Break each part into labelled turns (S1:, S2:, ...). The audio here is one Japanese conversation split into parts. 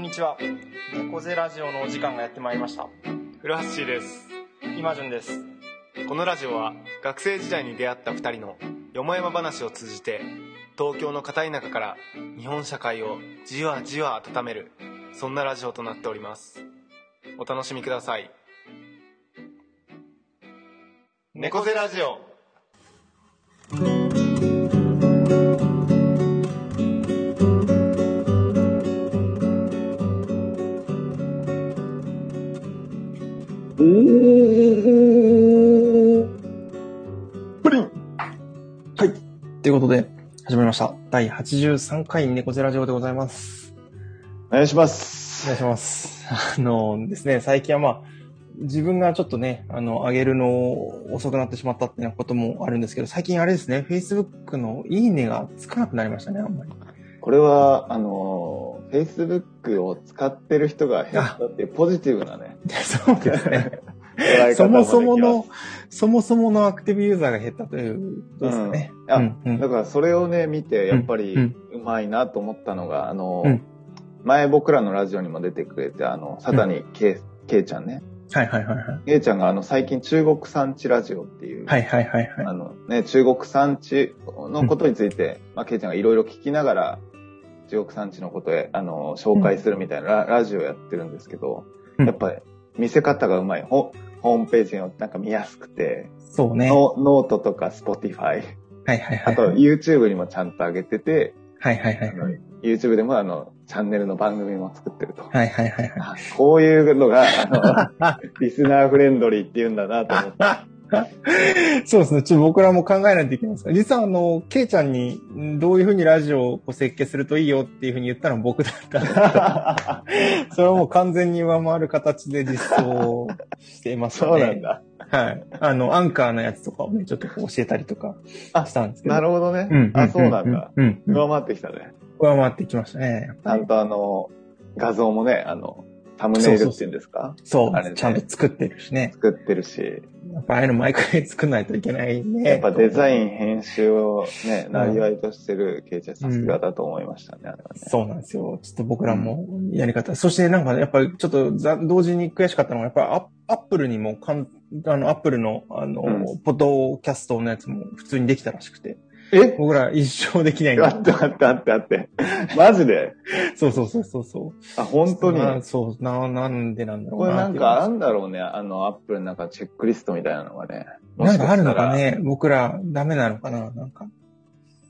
S1: にちは猫背ラジオのお時間がやってまいりました
S2: 古橋シーです
S1: 今順です
S2: このラジオは学生時代に出会った2人のよもやま話を通じて東京の片田舎から日本社会をじわじわ温めるそんなラジオとなっておりますお楽しみください猫背ラジオ
S1: プリンはいということで始まりました第83回猫背ラジオでございます
S3: お願いしま
S1: お願い
S3: す。
S1: しますあのですね最近はまあ自分がちょっとね、あの、上げるの遅くなってしまったっていうこともあるんですけど、最近あれですね、Facebook のいいねがつかなくなりましたね、あんまり。
S3: これは、あのー、Facebook を使ってる人が減ったっていうポジティブなね、
S1: そうですね。
S3: 捉え
S1: そ
S3: 方
S1: も
S3: で
S1: そも
S3: きま
S1: の、 そもそものアクティブユーザーが減ったということですかね。
S3: うんあ
S1: うんう
S3: す。だ
S1: ん
S3: からそれをね、見て、やっぱ
S1: う
S3: り
S1: ん、
S3: うまいなと思ったのが、あの
S1: う
S3: ー
S1: ん、
S3: 前僕らのラジオにも出てくれて、あの、サタニケイ、ケイちゃんね。
S1: はいはいはいはい。
S3: ケイちゃんがあの、最近中国産地ラジオっていう、
S1: はいはいはいはい。
S3: あのね、中国産地のことについて、まあ、ケイちゃんがいろいろ聞きながら、中国産地のことへ、あの、紹介するみたいなラ,、ジオやってるんですけど、
S1: うん
S3: やっぱり見せ方がうまい。ホホームページがなんか見やすくて、
S1: そうね。
S3: ノノートとか Spotify、
S1: はいはいは
S3: あ
S1: い。
S3: と YouTube にもちゃんと上げてて、
S1: はいはいはい。
S3: あの YouTube でもあの、チャンネルの番組も作ってると。
S1: はいはいはいはい。
S3: あこういうのが、 あの、リスナーフレンドリーって言うんだなと思って。
S1: そうですね。ちょっと僕らも考えないといけないんですが、実はあの、ケイちゃんに、んどういうふうにラジオをこう設計するといいよっていうふうに言ったのは僕だったの で。それはもう完全に上回る形で実装しています
S3: そ
S1: の
S3: う
S1: で。
S3: なんだ。
S1: はい。あの、アンカーのやつとかをね、ちょっとこう教えたりとかしたんですけど。
S3: なるほどね。あ、そうなんだ。。
S1: うん。うん
S3: 上回ってきたね。
S1: 上回ってきましたね。
S3: ちゃんとあの、画像もね、あの、サムネイルっていうんですか
S1: そう、
S3: あれね
S1: ちゃんと作ってるしね。
S3: 作ってるし、
S1: やっぱああいうの毎回作んないといけないね。
S3: やっぱデザイン
S1: ン。
S3: 編集をね、
S1: ん
S3: なりわいとしてるケイちゃんさすがだと思いましたね、あれはね。
S1: そうなんですよ。ちょっと僕らもやり方。そしてなんかね、やっぱりちょっとざ同時に悔しかったのが、やっぱりアッアップルにもかん、あの、アップルの、あの、
S3: うん
S1: ポッドキャストのやつも普通にできたらしくて。
S3: え
S1: 僕ら一生できないん
S3: あ
S1: だ。
S3: ってあってあってあって。マジで
S1: そうそうそうそうそう。
S3: あ、本当に。
S1: まあそう、な、なんでなんだろう
S3: これな
S1: っ
S3: ん
S1: ていうの
S3: かあんだろうね、あの、アップルの中のチェックリストみたいなのがね。
S1: なんかあるのか
S3: もししたら。
S1: ね僕らダメなのかななんか。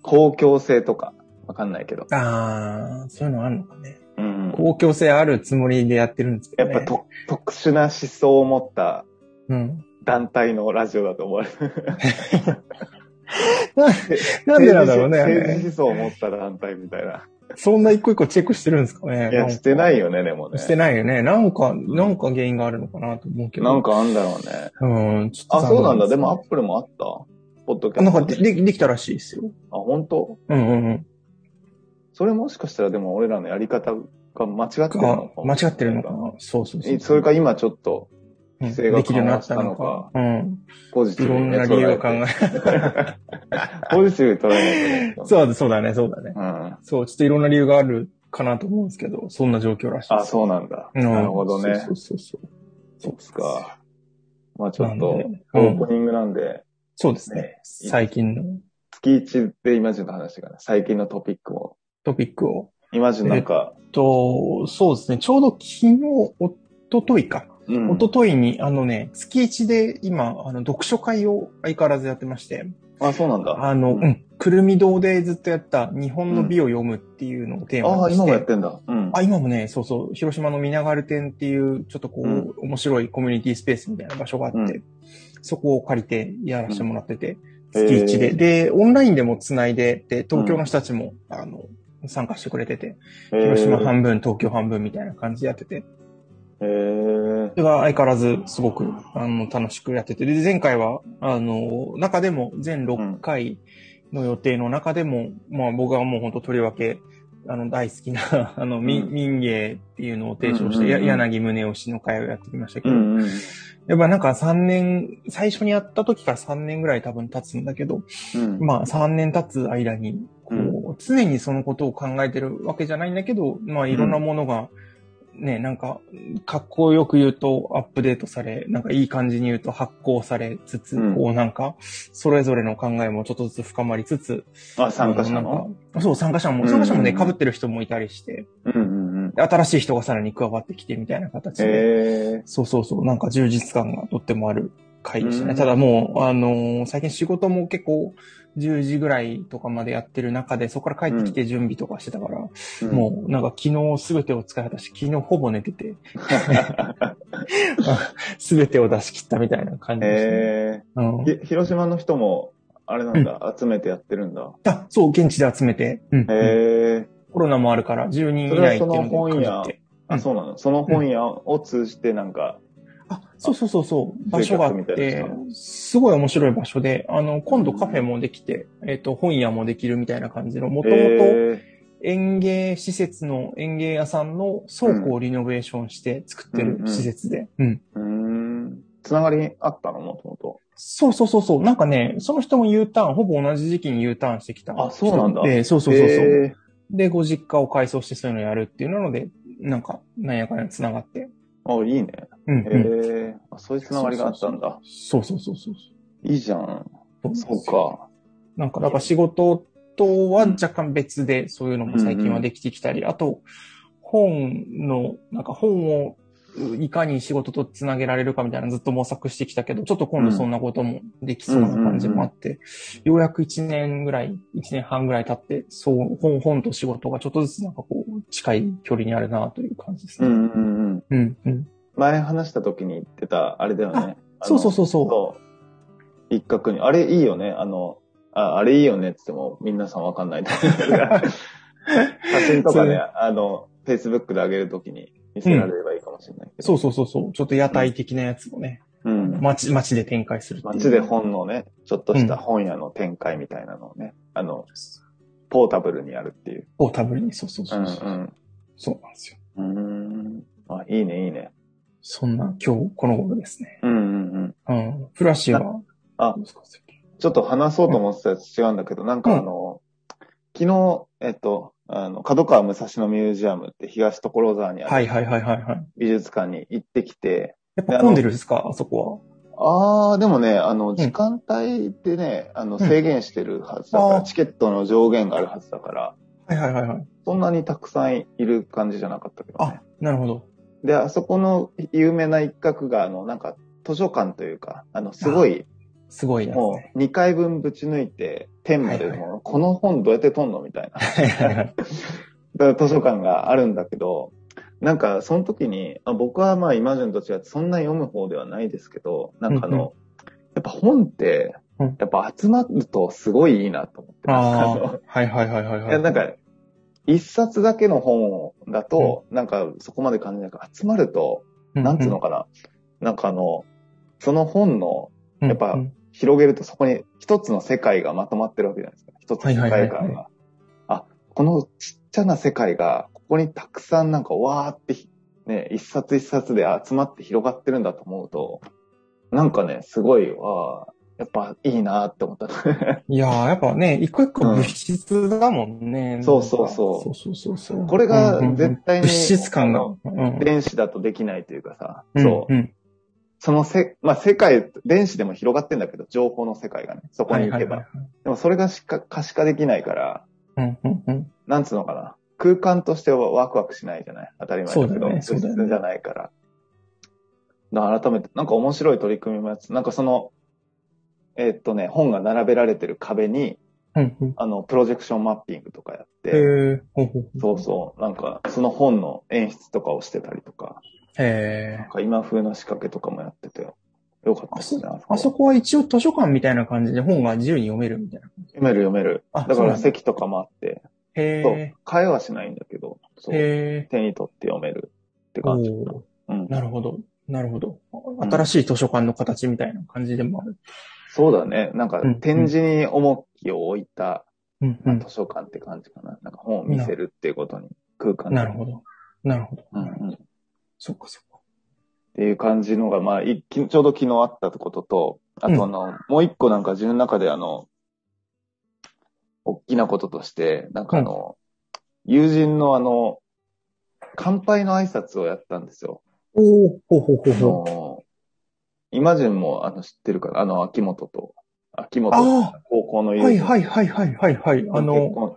S3: 公共性とか。わかんないけど。
S1: ああ、そういうのあるのかね。
S3: うん。
S1: 公共性あるつもりでやってるんですけ
S3: や
S1: ど、ね。
S3: っぱと特殊な思想を持った
S1: うん。
S3: 団体のラジオだと思われる。
S1: なんでなんだろうね。あ
S3: 政治
S1: れ
S3: 思想を持った団体みたいな。
S1: そ んな一個一個チェックしてるんですかね。
S3: いや、してないよね、でも
S1: なんか
S3: ね。
S1: してないよね。なんか、なんか原因があるのかなと思うけど。
S3: なんかあんだろうね。
S1: うん、ちょっと
S3: あ、そうなんだ。
S1: 残
S3: で
S1: 念
S3: もア
S1: す
S3: ップルもあった。ポッドキャス
S1: な
S3: ト。
S1: んかででできたらしいですよ。
S3: あ、本当
S1: うんうんうん。
S3: それもしかしたらでも俺らのやり方が間違ってる
S1: が
S3: のか
S1: 間違ってるのかな。そうそうそう。
S3: えそれか今ちょっと
S1: うん、
S3: 規制が
S1: できるように
S3: 緩
S1: な
S3: 和
S1: っ
S3: したた
S1: の
S3: の
S1: か
S3: か。
S1: うん。
S3: ポジテ
S1: い
S3: ィブ
S1: ろん
S3: にね
S1: な理由を考
S3: 捉
S1: え
S3: えて。ポジティブに捉えて。
S1: そうだ、そうだね、 そうだね。
S3: うん。
S1: そう、ちょっといろんな理由があるかなと思うんですけど、そんな状況らしいで
S3: あ、
S1: す。
S3: そうなんだ。
S1: うん
S3: なるほどね
S1: そ。うそうそうそう。
S3: そうっすか。まあち
S1: そ
S3: ょ
S1: う
S3: っ
S1: な
S3: と
S1: んで、
S3: オー
S1: うん
S3: プニングなんで、
S1: そうですね。
S3: ね、
S1: 最近の
S3: 月一でイマジンの話がね、最近のトピックも。
S1: トピックを。
S3: イマジンなんか、
S1: と、そうですね。ちょうど昨日、おとといか。
S3: うん
S1: おとといに、あのね、月一で今、あの、読書会を相変わらずやってまして、
S3: あ、そうなんだ。
S1: あの、う
S3: うん
S1: ん、くるみ堂でずっとやった日本の美を読むっていうのをテー
S3: あ
S1: マ
S3: あ、
S1: にして、
S3: 今もやってんだ。うん。
S1: あ、今もね、そうそう、広島の皆軽店っていう、ちょっとこう、
S3: うん
S1: 面白いコミュニティスペースみたいな場所があって、
S3: うん
S1: そこを借りてやらせてもらってて、
S3: うん
S1: 月一
S3: へ
S1: で。
S3: ー
S1: で、オンラインでも繋いで、で、東京の人たちも、あの、参加してくれてて、広島半分、東京半分みたいな感じでやってて、
S3: へえ。
S1: それが相変わらずすごく、あの、楽しくやってて、で、前回は、あの、中でも、全6回の予定の中でも、まあ僕はもう本当とりわけ、あの、大好きな、 あの、民
S3: うん
S1: 民芸っていうのを提唱し
S3: うんうんう
S1: て、
S3: ん
S1: や柳宗悦の会をやってきましたけ
S3: う
S1: ど、
S3: んうん。
S1: やっぱなんか3年、最初にやった時から3年ぐらい多分経つんだけど、
S3: うん
S1: まあ3年経つ間に、こう、
S3: う
S1: 常にそのことを考えてるわけじゃないんだけど、まあいろんなものがね、なんか、格好よく言うとアップデートされ、なんかいい感じに言うと発行されつつ、
S3: うん
S1: こうなんか、それぞれの考えもちょっとずつ深まりつつ、
S3: あ、参加者
S1: あな
S3: の
S1: んかそう、参加者
S3: う
S1: も、
S3: ん
S1: 参加者もね、被ってる人もいたりして、
S3: うんうんうん。
S1: 新しい人がさらに加わってきてみたいな形で、
S3: え
S1: そうそうそう、なんか充実感がとってもある回でしたね。
S3: うん
S1: ただもう、あのー最近仕事も結構10時ぐらいとかまでやってる中で、そこから帰ってきて準備とかしてたから、
S3: え
S1: もうなんか昨日すべてを使い果たし、昨日ほぼ寝て て、すべてを出し切ったみたいな感じでしたね。
S3: え
S1: うん
S3: ー、ひ広島の人も、あれなんだ、集めてやってるんだ。
S1: あそう、現地で集めて、うん
S3: へえ
S1: コロナもあるから10人以内っていう
S3: それはその
S1: の
S3: 本
S1: で
S3: 屋
S1: 限って。
S3: あ、そうなの。その本屋を通じてなんか、
S1: あ、そうそうそうそう、場所があっ
S3: 住宅みたいな
S1: て
S3: やつか、
S1: すごい面白い場所で、あの、今度カフェもできて、えっと、本屋もできるみたいな感じの、もともと
S3: え
S1: 園芸施設の園芸屋さんの倉庫をリノベーションして作ってる施設で、うん。
S3: ー、うーん。つながりあったのもともと。
S1: そうそうそうそう。なんかね、その人も U ターン、ほぼ同じ時期に U ターンしてきた。
S3: あそうなんだ
S1: で、そうそうそうそう、
S3: え
S1: で、ご実家を改装してそういうのやるっていうので、なんか、なんやかんや繋がって。
S3: ー、あ、いいね。
S1: うん、
S3: へ
S1: うん。
S3: えー、あそういうつながりがあったんだ。
S1: そうそうそうそう。
S3: いいじゃん。
S1: そう
S3: そう。か。
S1: なんか、だから仕事とは若干別で、そういうのも最近はできてきたり、あと、本の、なんか本をいかに仕事とつなげられるかみたいなのずっと模索してきたけど、ちょっと今度そんなこともできそうな感じもあって、ようやく1年ぐらい、1年半ぐらい経って、そう、本、本と仕事がちょっとずつなんかこう、近い距離にあるなという感じです
S3: う
S1: ね。
S3: んうんうん。
S1: うん、うん。
S3: 前話した時に言ってた、あれだよね。
S1: そうそうそうそう
S3: そう。一角に。あれいいよね。あの、ああれいいよねって言っても、皆さんわかんないと 思うから。写真とかね、あの、Facebook で上げるときに見せられればいいかもしれないけど。
S1: そうそうそうそう。ちょっと屋台的なやつをね、
S3: うん。
S1: 街、街で展開するっていう
S3: 街で本のね、ちょっとした本屋の展開みたいなのをね、あの、ポータブルにやるっていう。
S1: ポータブルに、そうそう
S3: う
S1: そう
S3: んう
S1: そう、
S3: ん。
S1: そうなんですよ。
S3: うーん。あ、いいね、いいね。
S1: そんな今日この頃ですね。
S3: うんうんうん。
S1: うん。フラッシュは。
S3: あ
S1: どうですか
S3: ちょっと話そうと思ってたやつ違うんだけど、なんかあの、昨日、えっと、あの、角川武蔵野ミュージアムって東所沢にあ
S1: はい
S3: る
S1: はいはいはいはい。
S3: 美術館に行ってきて、
S1: やっぱ混んでるんですかあそこ
S3: あー、でもね、あの、時間帯でね、あの、制限してるはずだか
S1: あ
S3: ら、
S1: ー
S3: チケットの上限があるはずだから、
S1: は。はいはいはいはい。
S3: そんなにたくさんいる感じじゃなかったけど、ね
S1: あ。、なるほど。
S3: で、あそこの有名な一角が、あの、なんか、図書館というか、あの、すごい、
S1: すごいやつ
S3: も
S1: ね。
S3: う、2回分ぶち抜いて、天まで、
S1: はいはい
S3: もうこの本どうやって取んのみたいな。
S1: はいはいはい。
S3: だから図書館があるんだけど、なんかその時に、あ僕はまあ今までのと違ってそんな読む方ではないですけど、なんかあの、
S1: うんうん
S3: やっぱ本って
S1: うん、
S3: やっぱ集まるとすごいいいなと思って。
S1: あ
S3: なんか
S1: あ。はいはいはいはいは
S3: あの
S1: い。
S3: いやなんか、一冊だけの本だと、なんかそこまで感じなく集まると、
S1: うん、
S3: なんつうのかな、なんかあの、その本の
S1: うん
S3: やっぱ
S1: うん
S3: 広げるとそこに一つの世界がまとまってるわけじゃないですか。一つの世界観が。
S1: はいはいはい
S3: あ、このちっちゃな世界が、ここにたくさんなんかわーってひ、ね、一冊一冊で集まって広がってるんだと思うと、なんかね、すごい、わーやっぱいいなーって思った。
S1: いやーやっぱね、一個一個物質だもんね。なんか
S3: そうそうそう
S1: そうそうそうそう。
S3: これが絶対に
S1: 物質感が。うん
S3: 電子だとできないというかさ、
S1: うん
S3: そう。
S1: うん。
S3: そのせ、まあ、世界、電子でも広がってんだけど、情報の世界がね、そこに行けば。
S1: はいはいはい
S3: でもそれがしか可視化できないから、
S1: はい。うんうんうん。
S3: なんつうのかな。空間としてはワクワクしないじゃない当たり前だ
S1: そ
S3: け
S1: う
S3: ど、
S1: だね
S3: 物質
S1: そうだね
S3: じゃないから。だから改めて、なんか面白い取り組みもやつ、なんかその、えーっとね、本が並べられてる壁に、
S1: うんうん。
S3: あの、プロジェクションマッピングとかやっ
S1: え
S3: て、
S1: ー、ほうほう。
S3: そうそう、なんかその本の演出とかをしてたりとか、
S1: え
S3: なんか今風の仕掛けとかもやってて、よかったですね。
S1: ー、あそこは一応図書館みたいな感じで本が自由に読めるみたいな。
S3: 読める読める。
S1: あ
S3: だ
S1: そ
S3: か
S1: うな
S3: ら
S1: んだ
S3: 席とかもあって、
S1: へ
S3: そ
S1: え
S3: う、会話しないんだけど、そ。う
S1: へ
S3: 手に取って読めるって
S1: ー
S3: 感じ。
S1: おー
S3: うん
S1: なるほど。なるほど
S3: う。ん
S1: 新しい図書館の形みたいな感じでもある。
S3: そうだね。なんか
S1: うん
S3: 展示に重きを置いた、
S1: うん
S3: まあ図書館って感じかな。なんか本を見せるっていうことに空
S1: う
S3: 間
S1: ん。
S3: に
S1: なるほど。なるほど。
S3: うんうん。っ
S1: そっかそっか。
S3: ていう感じのが、まあ、いきちょうど昨日あったことと、あとあの、もう一個なんか自分の中であの、大きなこととして、なんかあの、友人のあの、乾杯の挨拶をやったんですよ。
S1: おおほうほうほう
S3: あ
S1: ほう。
S3: のイマジンもあの知ってるかなあの、秋元と。秋元
S1: あ
S3: 高校の
S1: あ、
S3: 友人
S1: はいはいはいはいはいはい。あの、好
S3: 結婚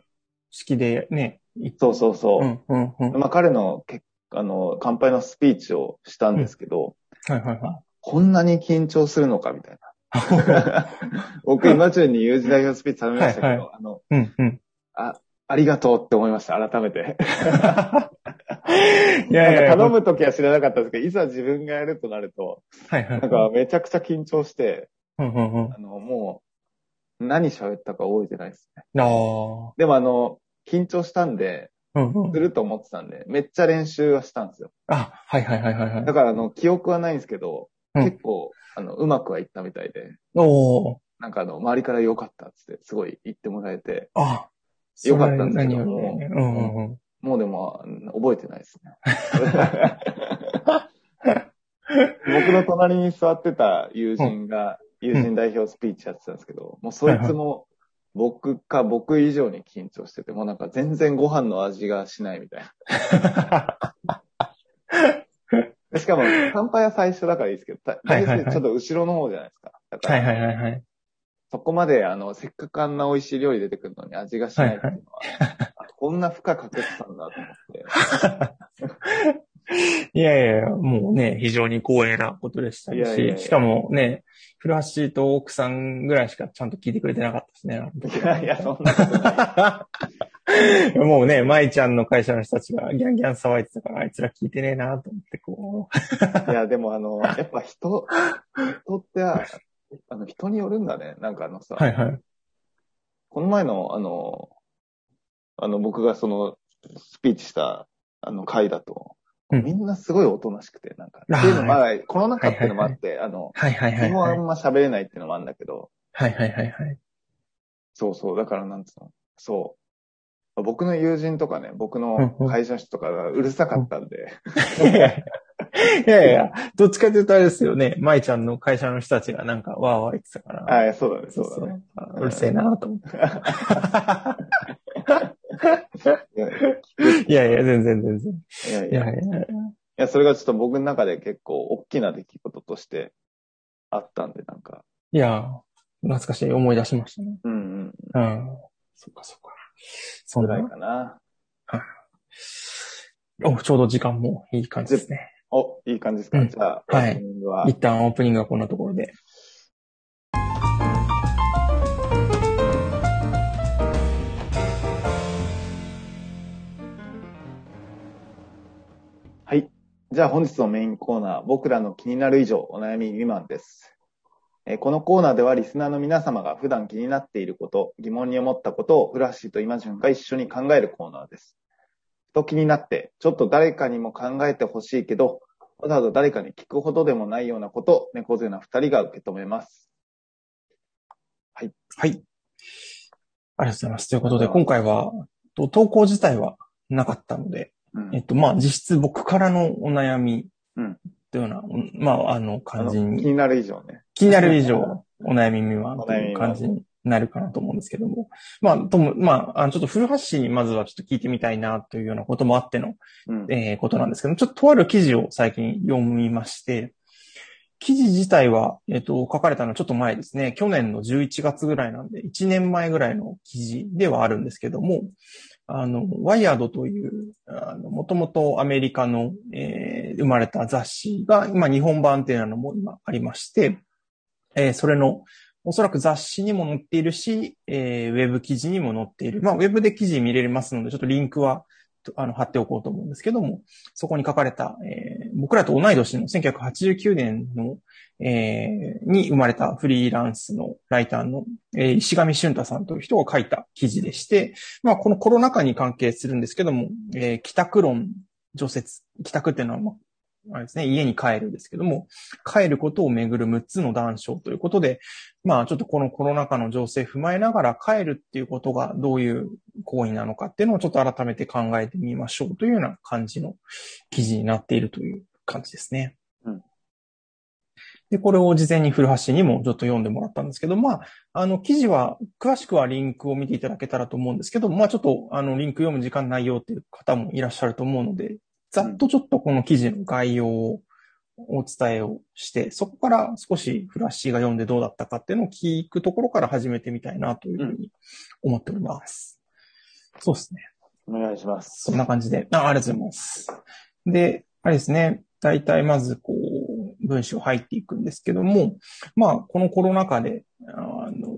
S1: きでね、い
S3: そうそうそうう。
S1: んうんうん。はい
S3: まあ、彼の結あの乾杯のスピーチをしたんですけど、
S1: はいは
S3: こんなに緊張するのかみたい
S1: い。
S3: な。僕、イマジンに友人代表スピーチ食べましたけど、
S1: はいは
S3: あの、
S1: うんうん。
S3: ありがとうって思いました、改めて。
S1: いやいやい
S3: な
S1: や
S3: んか頼むときは知らなかったんですけど、いざ自分がやるとなると、
S1: はいはい。
S3: なんかめちゃくちゃ緊張して、
S1: うんうんうん。あ
S3: あの、もう、何喋ったか覚えてないですね。
S1: あー。
S3: でもあの、緊張したんで、
S1: うんう
S3: す
S1: ん。
S3: ると思ってたんで、めっちゃ練習はしたんですよ。
S1: あ、はいはいはいはいは
S3: だ
S1: い。
S3: からあの、記憶はないんですけど、
S1: うん
S3: 結構、あの、うまくはいったみたいで、
S1: おお。
S3: なんかあの、周りから良かったっつって、すごい言ってもらえて、
S1: あ、
S3: よかったんだけど
S1: それ何よりねうんうん うん。
S3: もうでも、うん覚えてないです ね。僕の隣に座ってた友人が、友人代表スピーチやってたんですけど、もうそいつも、僕か僕以上に緊張してて、もうなんか全然ご飯の味がしないみたいな。でしかも、乾杯は最初だからいいですけど、た
S1: はい
S3: 大
S1: はいはい
S3: 体ちょっと後ろの方じゃないですか。だか
S1: はい
S3: ら、
S1: はいはいはい。
S3: そこまで、あの、せっかくあんな美味しい料理出てくるのに味がしないっていうのは、あこんな負荷かけてたんだと思って。
S1: いやいやいや、もうね、非常に光栄なことでしたし、
S3: いやいやいや
S1: しかもね、古橋と奥さんぐらいしかちゃんと聞いてくれてなかったですね。
S3: いやいや、そんなことない。
S1: もうね、舞ちゃんの会社の人たちがギャンギャン騒いでたから、あいつら聞いてねえなと思って、こう。
S3: いや、でもあの、やっぱ人、人って、あの、人によるんだね。なんかあのさ、
S1: はいはい。
S3: この前の、あの、あの、僕がその、スピーチした、あの、回だと、
S1: うん
S3: みんなすごいおとなしくて、なんか、
S1: あー
S3: っていうのも、まあ、コロナ禍っていうのもあって、あの、
S1: はいはいは
S3: 基
S1: い、
S3: 本
S1: は
S3: あ
S1: い。
S3: んま喋れないっていうのもあるんだけど、
S1: はいはいはいはい。
S3: そうそう、だからなんつうの、そう。僕の友人とかね、僕の会社の人とかがうるさかったんで、
S1: いやいや、どっちかというとあれですよね。舞ちゃんの会社の人たちがなんかわーわー言ってたから。
S3: ああ、そうだね、
S1: そ
S3: そ
S1: そ
S3: ううだ
S1: う
S3: ね。
S1: あうるせえなと思って。
S3: いや
S1: いやいや、全然全然。
S3: いやい
S1: い
S3: や
S1: やいや。
S3: いや、それがちょっと僕の中で結構大きな出来事としてあったんで、なんか。
S1: いや、懐かしい思い出しましたね。
S3: うんうん。
S1: うん。そっかそっか。そ
S3: ぐ
S1: ん
S3: らい
S1: な。
S3: かな。
S1: お、ちょうど時間もいい感じですね。
S3: お、いい感じですか、
S1: うん
S3: じゃあ、
S1: はい
S3: オープニングは。
S1: 一旦オープニングはこんなところで。
S3: はい。じゃあ本日のメインコーナー、僕らの気になる以上お悩み未満です。えーこのコーナーではリスナーの皆様が普段気になっていること、疑問に思ったことをフラッシーとイマジュンが一緒に考えるコーナーです。ふと気になって、ちょっと誰かにも考えてほしいけど、わざわざ誰かに聞くほどでもないようなことを猫背な二人が受け止めます。
S1: はい。ありがとうございます。ということで、今回は、と投稿自体はなかったので、
S3: うん
S1: えっと、まあ、実質僕からのお悩み、
S3: うん
S1: というような、うんまあ、あの、
S3: あ
S1: 感
S3: の
S1: じ
S3: 気
S1: に、
S3: になる以上ね。
S1: 気になる以上、 お悩み未満
S3: お
S1: と
S3: 悩み
S1: いう
S3: 未満
S1: 感じになるかなと思うんですけども。まあ、とも、まあ、あのちょっと古橋氏にまずはちょっと聞いてみたいなというようなこともあっての、
S3: うん。
S1: えーことなんですけども、ちょっととある記事を最近読みまして、記事自体は、えっと、書かれたのはちょっと前ですね。去年の11月ぐらいなんで、1年前ぐらいの記事ではあるんですけども、あの、ワイヤードという、あの、もともとアメリカの、えー生まれた雑誌が、今日本版っていうのも今ありまして、えーそれの、おそらく雑誌にも載っているし、えーウェブ記事にも載っている。まあ、ウェブで記事見れますので、ちょっとリンクは、とあの、貼っておこうと思うんですけども、そこに書かれた、えー僕らと同い年の1989年の、えーに生まれたフリーランスのライターの、えー石上俊太さんという人が書いた記事でして、まあ、このコロナ禍に関係するんですけども、えー帰宅論除雪、帰宅っていうのは、まあ、あれですね、家に帰るですけども、帰ることをめぐる6つの断章ということで、まあ、ちょっとこのコロナ禍の情勢踏まえながら帰るっていうことがどういう行為なのかっていうのをちょっと改めて考えてみましょうというような感じの記事になっているという感じですね。
S3: うん
S1: で、これを事前に古橋にもちょっと読んでもらったんですけど、まあ、あの、記事は、詳しくはリンクを見ていただけたらと思うんですけど、まあちょっと、あの、リンク読む時間ないよっていう方もいらっしゃると思うので、ざっとちょっとこの記事の概要をお伝えをして、そこから少しフラッシーが読んでどうだったかっていうのを聞くところから始めてみたいなというふうに思っております。そうですね。
S4: お願いします。
S1: そんな感じで。あありがとうございます。で、あれですね。大体まず、こう、文章入っていくんですけども、まあ、このコロナ禍で、あの、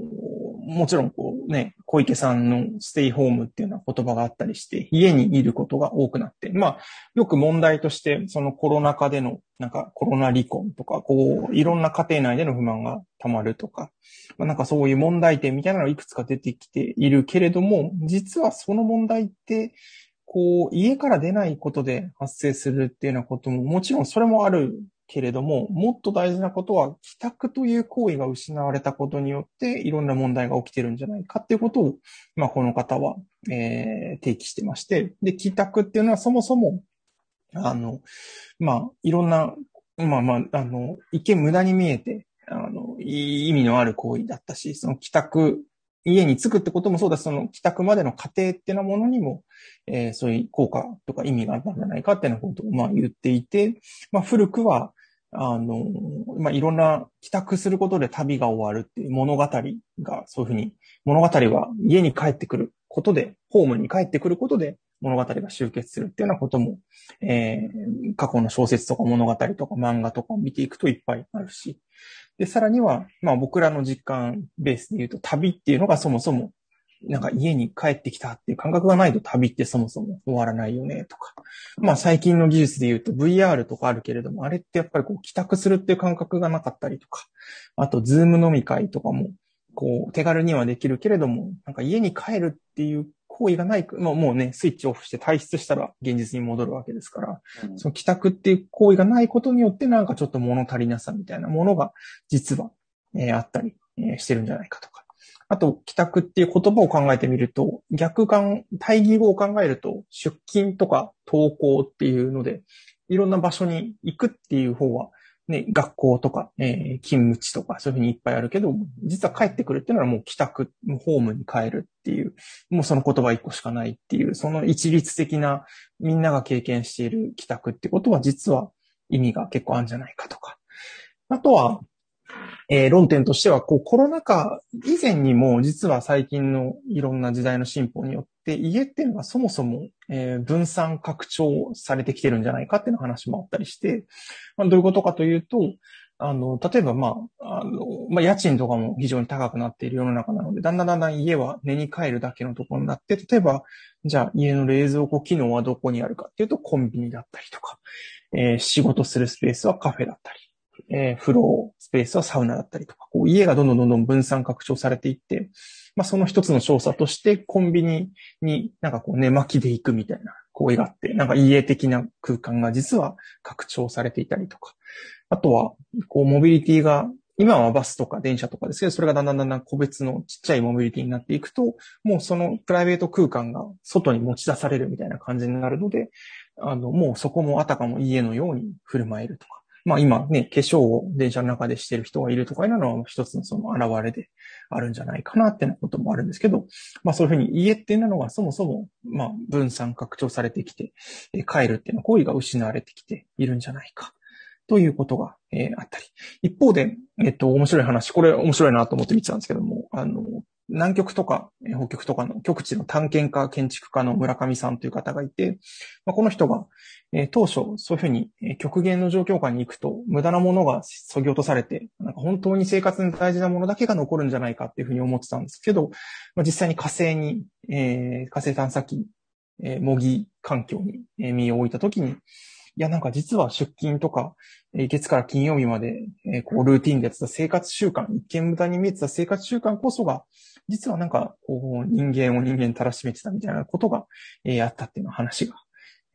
S1: もちろん、こうね、小池さんのステイホームっていうような言葉があったりして、家にいることが多くなって、まあ、よく問題として、そのコロナ禍での、なんかコロナ離婚とか、こう、いろんな家庭内での不満が溜まるとか、まあ、なんかそういう問題点みたいなのがいくつか出てきているけれども、実はその問題って、こう、家から出ないことで発生するっていうようなことも、もちろんそれもあるけれども、もっと大事なことは、帰宅という行為が失われたことによって、いろんな問題が起きてるんじゃないかっていうことを、まあ、この方は、えー、提起してまして、で、帰宅っていうのはそもそも、あの、まあ、いろんな、まあまあ、あの、一見無駄に見えて、あの、いい意味のある行為だったし、その帰宅、家に着くってこともそうだし、その帰宅までの過程っていうようなものにも、えーそういう効果とか意味があったんじゃないかっていうようなことを、まあ、言っていて、まあ、古くは、あの、まあ、いろんな帰宅することで旅が終わるっていう物語が、そういうふうに、物語は家に帰ってくることで、ホームに帰ってくることで物語が集結するっていうようなことも、えー過去の小説とか物語とか漫画とかを見ていくといっぱいあるし、で、さらには、まあ僕らの実感ベースで言うと旅っていうのがそもそも、なんか家に帰ってきたっていう感覚がないと旅ってそもそも終わらないよねとか。まあ最近の技術で言うと VR とかあるけれども、あれってやっぱりこう帰宅するっていう感覚がなかったりとか、あとズーム飲み会とかも、こう手軽にはできるけれども、なんか家に帰るっていう行為がない、まあもうね、スイッチオフして退出したら現実に戻るわけですから、
S4: うん
S1: その帰宅っていう行為がないことによってなんかちょっと物足りなさみたいなものが実は、えーあったり、えーしてるんじゃないかとか。あと、帰宅っていう言葉を考えてみると、逆感、対義語を考えると、出勤とか登校っていうので、いろんな場所に行くっていう方は、ね、学校とか、えー勤務地とか、そういうふうにいっぱいあるけど、実は帰ってくるっていうのはもう帰宅、ホームに帰るっていう、もうその言葉一個しかないっていう、その一律的なみんなが経験している帰宅ってことは実は意味が結構あるんじゃないかとか。あとは、えー論点としては、こう、コロナ禍以前にも、実は最近のいろんな時代の進歩によって、家っていうのはそもそも、えー分散拡張されてきてるんじゃないかっていう話もあったりして、まあ、どういうことかというと、あの、例えば、まあ、あの、まあ、家賃とかも非常に高くなっている世の中なので、だんだんだんだん家は寝に帰るだけのところになって、例えば、じゃあ家の冷蔵庫機能はどこにあるかっていうとコンビニだったりとか、えー仕事するスペースはカフェだったり、えー風呂スペースはサウナだったりとか、こう家がどんどんどんどん分散拡張されていって、まあその一つの調査としてコンビニになんかこう寝巻きで行くみたいな行為があって、なんか家的な空間が実は拡張されていたりとか、あとはこうモビリティが今はバスとか電車とかですけど、それがだんだんだんだん個別のちっちゃいモビリティになっていくと、もうそのプライベート空間が外に持ち出されるみたいな感じになるので、あの、もうそこもあたかも家のように振る舞えるとか。まあ今ね、化粧を電車の中でしてる人がいるとかいうのは一つのその現れであるんじゃないかなってなこともあるんですけど、まあそういうふうに家っていうのがそもそも、まあ分散拡張されてきて、えー帰るっていうの行為が失われてきているんじゃないか。ということが、えーあったり。一方で、えっと、面白い話、これ面白いなと思って見てたんですけども、あの、南極とかえー北極とかの極地の探検家、建築家の村上さんという方がいて、まあ、この人が、えー当初そういうふうにえー極限の状況下に行くと無駄なものが削ぎ落とされて、なんか本当に生活に大事なものだけが残るんじゃないかっていうふうに思ってたんですけど、まあ、実際に火星に、えー火星探査機、えー模擬環境にえー身を置いたときに、いや、なんか実は出勤とか、えー月から金曜日まで、えーこう、ルーティンでやってた生活習慣、一見無駄に見えてた生活習慣こそが、実はなんか、こう、人間を人間たらしめてたみたいなことが、えーあったっていうの話が、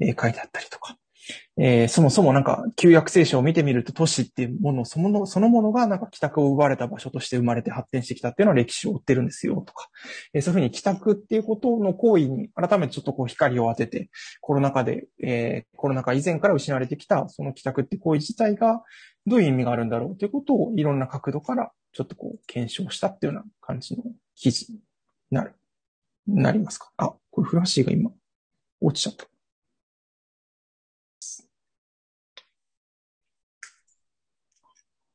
S1: えー書いてあったりとか。えーそもそもなんか、旧約聖書を見てみると、都市っていうものその、そのものがなんか帰宅を奪われた場所として生まれて発展してきたっていうのは歴史を追ってるんですよ、とか。えーそういうふうに帰宅っていうことの行為に、改めてちょっとこう光を当てて、コロナ禍で、えーコロナ禍以前から失われてきた、その帰宅って行為自体が、どういう意味があるんだろうということを、いろんな角度から、ちょっとこう、検証したっていうような感じの記事になる、なりますか。あ、これフラッシーが今、落ちちゃった。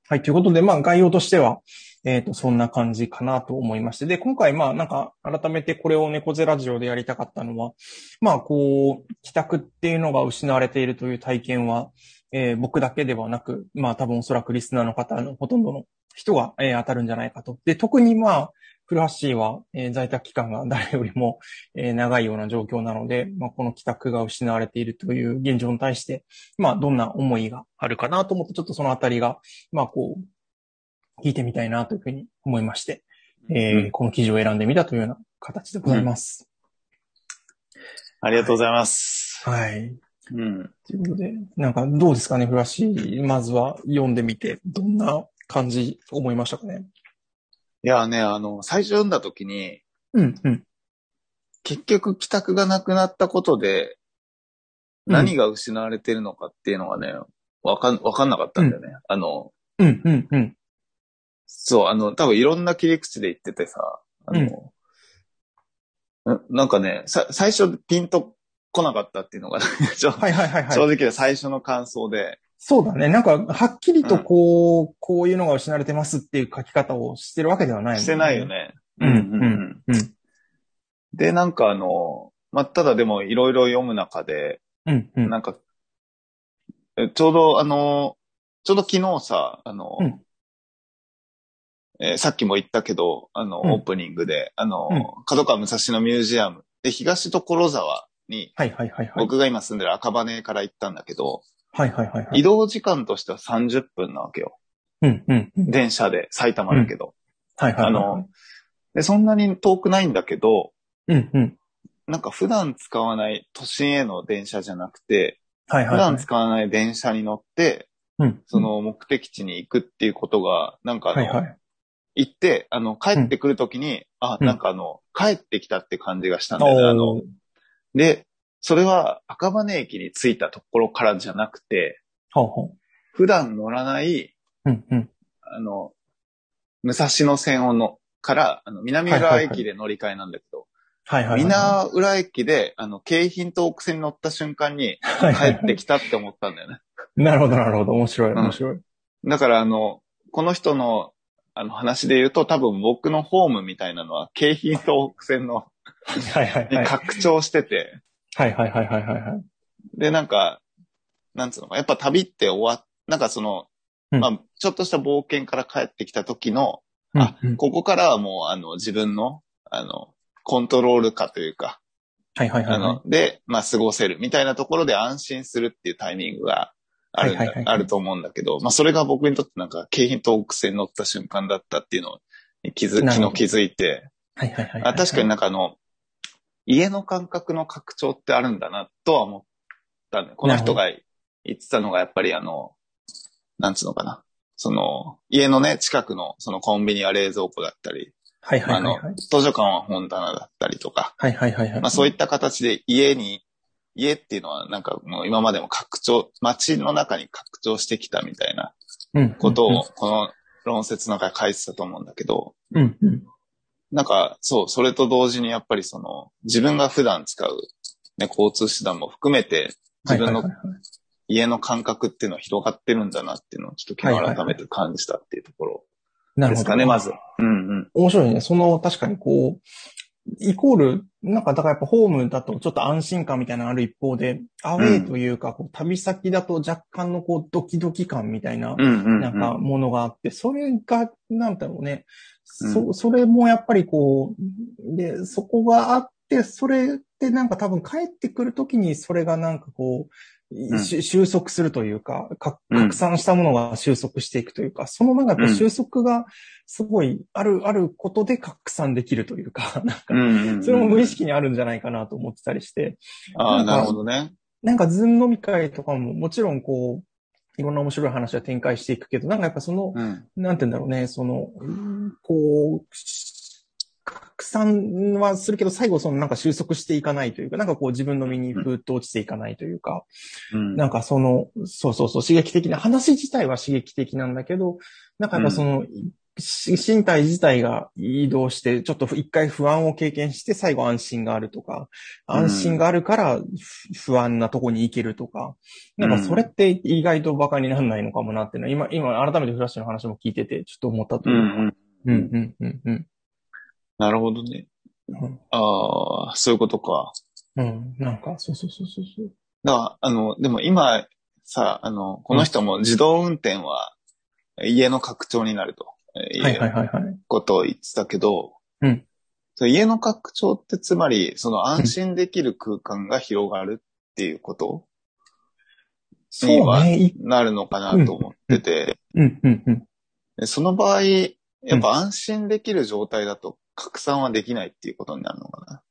S1: はい。ということで、まあ、概要としては、えっ、と、そんな感じかなと思いまして。で、今回、まあ、なんか、改めてこれを猫背ラジオでやりたかったのは、まあ、こう、帰宅っていうのが失われているという体験は、えー僕だけではなく、まあ、多分おそらくリスナーの方のほとんどの人が、えー当たるんじゃないかと。で、特にまあ、古橋は、えー在宅期間が 誰よりも、えー長いような状況なので、まあ、この帰宅が失われているという現状に対して、まあ、どんな思いがあるかなと思って、ちょっとそのあたりが、まあ、こう、聞いてみたいなというふうに思いまして、えー
S3: うん
S1: この記事を選んでみたというような形でございます。
S3: ありがとうございます。
S1: はい。
S3: うん。
S1: ということで、なんかどうですかね、古橋。まずは読んでみて、どんな感じ思いましたかね。
S3: いやね、あの、最初読んだ時に、
S1: うん、うん。
S3: 結局帰宅がなくなったことで、何が失われてるのかっていうのがね、わかん、わかんなかったんだよね。あの、
S1: うん、うん、うん。
S3: そう、あの、多分いろんな切り口で言っててさ、あの、ななんかね、さ、最初ピンと来なかったっていうのが、 ちょ
S1: はいはいはいはい。
S3: 正直最初の感想で、
S1: そうだね。なんか、はっきりとこう、こういうのが失われてますっていう書き方をしてるわけではない、
S3: してないよ。ね。
S1: うんうんうん
S3: で、なんかあの、まあ、ただでもいろいろ読む中で、
S1: うん、うん。
S3: なんか、えちょうどあの、ちょうど昨日さ、あの、
S1: うん
S3: えーさっきも言ったけど、あの、
S1: うん
S3: オープニングで、あの、
S1: うん
S3: 角川武蔵野ミュージアムで、東所沢に、
S1: はいはいはいはい。
S3: 僕が今住んでる赤羽から行ったんだけど、
S1: はいはいはいは
S3: 移
S1: い。
S3: 動時間としては30分なわけよ。
S1: うん、うん、うん。
S3: 電車で、埼玉だけど。
S1: はいはいはい。
S3: あの、で、そんなに遠くないんだけど、
S1: うん、うん。
S3: なんか普段使わない都心への電車じゃなくて、
S1: はいは
S3: 普
S1: いはい。
S3: 段使わない電車に乗って、
S1: うん。
S3: そ、の目的地に行くっていうことが、なんかあ
S1: は
S3: の、
S1: いはい。
S3: 行って、あの、帰ってくるときに、あ、
S1: うん
S3: なんかあの、帰ってきたって感じがしたんだよね。あの、
S1: おー
S3: で、それは赤羽駅に着いたところからじゃなくて、
S1: ほうほう。
S3: 普段乗らない、
S1: うん、うん。
S3: あの、武蔵野線をの、から、あの、南浦和駅で乗り換えなんだけど、
S1: はいはいはい。
S3: 南浦駅で、あの、京浜東北線に乗った瞬間に、
S1: はいは
S3: 帰
S1: い
S3: ってきたって思ったんだよね。
S1: なるほどなるほど。面白い
S3: ん
S1: 面白い。
S3: だから、あの、この人の、あの話で言うと、多分僕のホームみたいなのは、京浜東北線の、
S1: はいはい
S3: に
S1: はい。
S3: 拡張してて、
S1: はいはいはいはいはいはい。
S3: で、なんか、なんつうのか、やっぱ旅って終わっ、なんかその、
S1: うん
S3: まあ、ちょっとした冒険から帰ってきた時の、
S1: あ
S3: あ、ここからはもう、あの、自分の、あの、コントロール下というか、
S1: はいはいは
S3: あ
S1: いはい
S3: の、。で、まあ、過ごせるみたいなところで安心するっていうタイミングがあるんだ、
S1: はいはいはい
S3: あると思うんだけど、まあ、それが僕にとってなんか、京浜東北線に乗った瞬間だったっていうのに気づ、
S1: なるほ
S3: 昨
S1: ど
S3: 日気づいて、
S1: はいはいはいはい。
S3: あ確かになんかあの、家の感覚の拡張ってあるんだなとは思ったね。この人が言ってたのがやっぱりあの、なんつうのかな。その、家のね、近くの、そのコンビニは冷蔵庫だったり、
S1: はいはいはい
S3: あ
S1: は
S3: の、
S1: い。
S3: 図書館は本棚だったりとか、
S1: はいはいはいはい。
S3: まあそうい
S1: い
S3: った形で家に、家っていうのはなんかもう今までも拡張、街の中に拡張してきたみたいな
S1: う
S3: ことを、この論説の中で書いてたと思うんだけど、
S1: うんうん。
S3: なんかそう、それと同時にやっぱりその自分が普段使う、ね、交通手段も含めて自分の
S1: はいはいはいはい
S3: 家の感覚っていうのは広がってるんだなっていうのをちょっと昨日改めて感じたっていうところ
S1: なる
S3: で
S1: ほ
S3: す
S1: ど。
S3: かね、まず。うんうん。
S1: 面白いね。その、確かにこう、イコール、なんか、だからやっぱホームだとちょっと安心感みたいなのある一方で、アウェイというか、こう旅先だと若干のこうドキドキ感みたいな、
S3: うんうん、うん。
S1: なんかものがあって、それが、なんだろうね。
S3: う
S1: そ、それもやっぱりこう、で、そこがあって、それってなんか多分帰ってくるときにそれがなんかこ
S3: う
S1: う、
S3: ん
S1: し収束するというか、か
S3: うん
S1: 拡散したものが収束していくというか、そのなんかこう
S3: うん
S1: 収束がすごいある、あることで拡散できるというか、なん
S3: うん
S1: か、
S3: うんうん
S1: それも無意識にあるんじゃないかなと思ってたりして、
S3: ああ、なるほどね。
S1: なんかズーム飲み会とかももちろんこう、いろんな面白い話は展開していくけど、なんかやっぱその、
S3: うん。
S1: なんて言うんだろうね、その、こう、し拡散はするけど、最後そのなんか収束していかないというか、なんかこう自分の身にふーっと落ちていかないというか、
S3: うん
S1: なんかその、そうそうそう、刺激的な、話自体は刺激的なんだけど、なんかやっぱその、し身体自体が移動して、ちょっと一回不安を経験して、最後安心があるとか、
S3: うん
S1: 安心があるからふ不安なとこに行けるとか、なんかそれって意外とバカにならないのかもなっていうのは、今、今改めてフラッシュの話も聞いてて、ちょっと思ったと
S3: う
S1: い
S3: ん
S1: うか。
S3: うん。
S1: うん、うん、うん、うん。
S3: なるほどね
S1: うん。
S3: ああ、そういうことか。
S1: うん、なんか、そうそうそうそうそう。
S3: だから、あの、でも今、さ、あの、この人も自動運転は家の拡張になると。
S1: は
S3: はい
S1: はいはいはい。
S3: ことを言ってたけど、
S1: うん
S3: その家の拡張ってつまり、その安心できる空間が広がるっていうこと
S1: そう
S3: には
S1: ね。い
S3: なるのかなと思ってて、
S1: うん、うん、うん。
S3: でその場合、やっぱ安心できる状態だと拡散はできないっていうことになるのか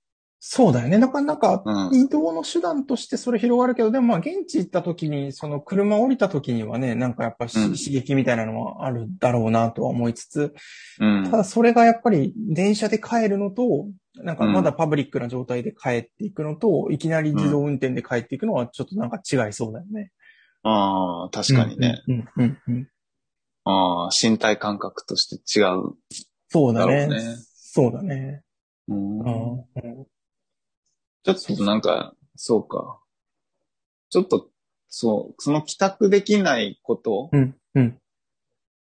S1: そうだよね。なかなか、
S3: な。うん。
S1: 移動の手段としてそれ広がるけど、でもまあ現地行った時に、その車降りた時にはね、なんかやっぱし
S3: うん
S1: 刺激みたいなのはあるだろうなとは思いつつ、
S3: うん
S1: ただそれがやっぱり電車で帰るのと、なんかまだパブリックな状態で帰っていくのと、いきなり自動運転で帰っていくのはちょっとなんか違いそうだよね。
S3: ああ、確かにね。
S1: うん。うん、うん、うん。
S3: ああ、身体感覚として違う。
S1: そうだね
S3: だろうね。
S1: そうだね。
S3: うん
S1: うん。
S3: ちょっとなんか、そうか。ちょっと、そう、その帰宅できないこと、
S1: うん。うん。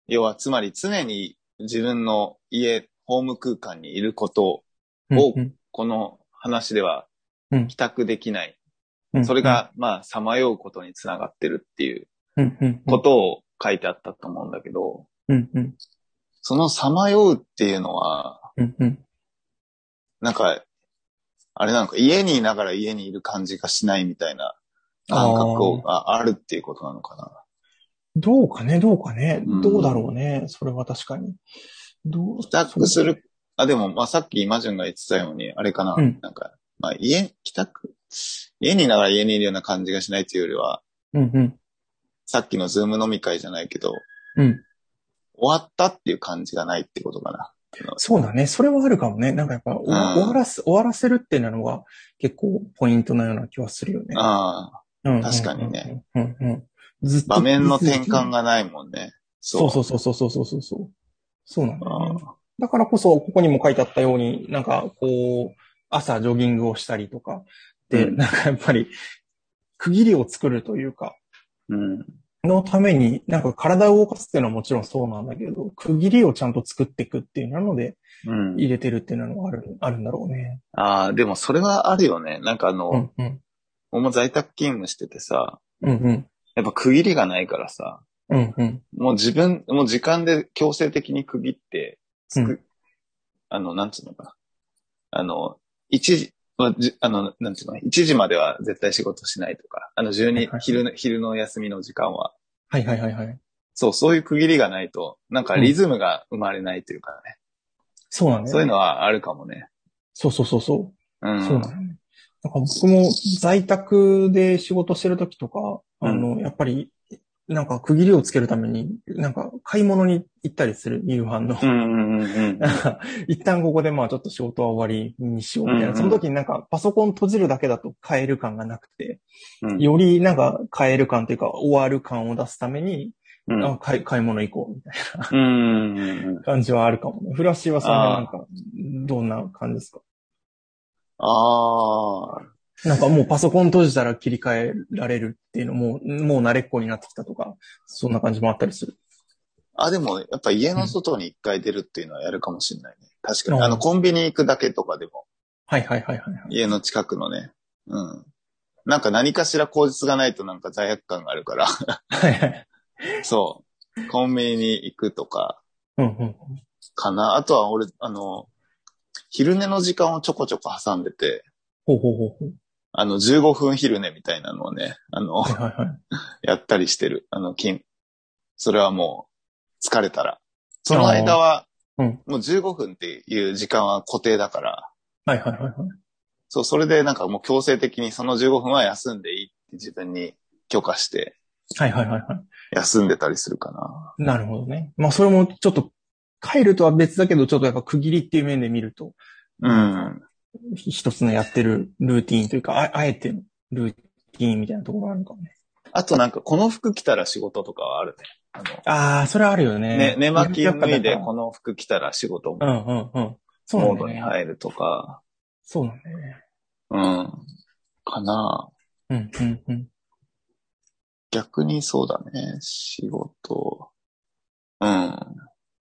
S3: 要はつまり常に自分の家、ホーム空間にいることを、お
S1: うん
S3: この話では
S1: うん
S3: 帰宅できない。
S1: うん
S3: それ、が、まあ、さまようことにつながってるっていう
S1: うん、うん。
S3: こ、とを書いてあったと思うんだけど、
S1: うん、うん。
S3: そのさまようっていうのは、
S1: うん、うん。
S3: なんか、あれなんか家にいながら家にいる感じがしないみたいな感覚をがあるっていうことなのかな。
S1: どうかね、どうかね
S3: う。ん
S1: どうだろうね。それは確かに。どう
S3: 帰宅する。あ、でも、まあ、さっきイマジュンが言ってたように、あれかな。
S1: うん
S3: なんか、まあ、家、帰宅、家にいながら家にいるような感じがしないというよりは、
S1: うんうん。
S3: さっきのズーム飲み会じゃないけど、
S1: うん。
S3: 終わったっていう感じがないってことかな。
S1: そうだね。それはあるかもね。なんかやっぱ、お終わらす、終わらせるっていうのが結構ポイントなような気はするよね。
S3: ああ、
S1: うんうん
S3: 確かにね。
S1: うんうん。ずっと
S3: 場面の転換。がないもんね。
S1: そうそううそうそうそうそうそうそう。そうなんだよね
S3: あ。
S1: だからこそ、ここにも書いてあったように、なんかこう、朝ジョギングをしたりとか、で、
S3: うん
S1: なんかやっぱり、区切りを作るというか、
S3: うん。
S1: のために、なんか体を動かすっていうのはもちろんそうなんだけど、区切りをちゃんと作っていくっていうので、
S3: うん。
S1: 入れてるっていうのがある、あるんだろうね。
S3: ああ、でもそれはあるよね。なんかあの、
S1: うんうん。
S3: 俺も在宅勤務しててさ、
S1: うんうん。
S3: やっぱ区切りがないからさ、
S1: うんうん。
S3: もう自分、もう時間で強制的に区切って、つく、
S1: う
S3: あの、なんつうのかな。あの、一時、まあじあの、なんつうの、一時までは絶対仕事しないとか、あの、十
S1: はい
S3: 二
S1: はい、
S3: 昼の、昼の休みの時間は、
S1: はいはいはいはい。
S3: そう、そういう区切りがないと、なんかリズムが生まれないというかね。
S1: そうなんだよね。
S3: そういうのはあるかもね。
S1: そうそうそうそう。
S3: うん。
S1: そうなのね。なんか僕も在宅で仕事してる時とか、あの、やっぱり、なんか区切りをつけるために、なんか買い物に行ったりする、夕飯の。
S3: うんうんうんうん。
S1: なんか一旦ここでまあちょっと仕事は終わりにしようみたいな。
S3: うんうん
S1: その時になんかパソコン閉じるだけだと変える感がなくて、
S3: うん
S1: よりなんか変える感というか終わる感を出すために、
S3: うん
S1: あ買い買い物行こうみたい
S3: うんうんうんうん
S1: な感じはあるかもね。フラッシュはそんな
S3: あー
S1: なんか、どんな感じですか
S3: ああ、
S1: なんかもうパソコン閉じたら切り替えられるっていうのも、もう慣れっこになってきたとか、そんな感じもあったりする。
S3: あ、でも、やっぱ家の外に一回出るっていうのはやるかもしれないね。確か
S1: う
S3: に。
S1: ん
S3: あの、コンビニ行くだけとかでも、
S1: はいはいはいはいはい。
S3: 家の近くのね。うん。なんか何かしら口実がないとなんか罪悪感があるから、
S1: はいはい。
S3: そう。コンビニに行くとか、
S1: うんうん。
S3: かな。あとは俺、あの、昼寝の時間をちょこちょこ挟んでて、
S1: ほうほうほうほう。
S3: あの、15分昼寝みたいなのをね、あの、
S1: はいはいはい。
S3: やったりしてる。あの、金。それはもう、疲れたら。その間は、
S1: う
S3: も
S1: ん
S3: う15分っていう時間は固定だから、
S1: はいはいはいはい。
S3: そう、それでなんかもう強制的にその15分は休んでいいって自分に許可して
S1: はいはいはいは
S3: 休んでたりするかな。
S1: い。なるほどね。まあそれもちょっと、帰るとは別だけど、ちょっとやっぱ区切りっていう面で見ると、
S3: うん。
S1: ひ一つのやってるルーティーンというか、ああえてのルーティーンみたいなところがあるのかもね。
S3: あとなんか、この服着たら仕事とかはあるね。あの
S1: ああ、それあるよね。
S3: ね、寝巻き
S1: やっぱ
S3: 脱
S1: だ
S3: い
S1: から
S3: で、この服着たら仕事
S1: う
S3: モ
S1: んうんうん。そうなん
S3: ー
S1: だよ
S3: ドに
S1: ね。
S3: 入るとか、
S1: そうなんだよね。
S3: うん。かな
S1: うんうんうん。
S3: 逆にそうだね。仕事。うん。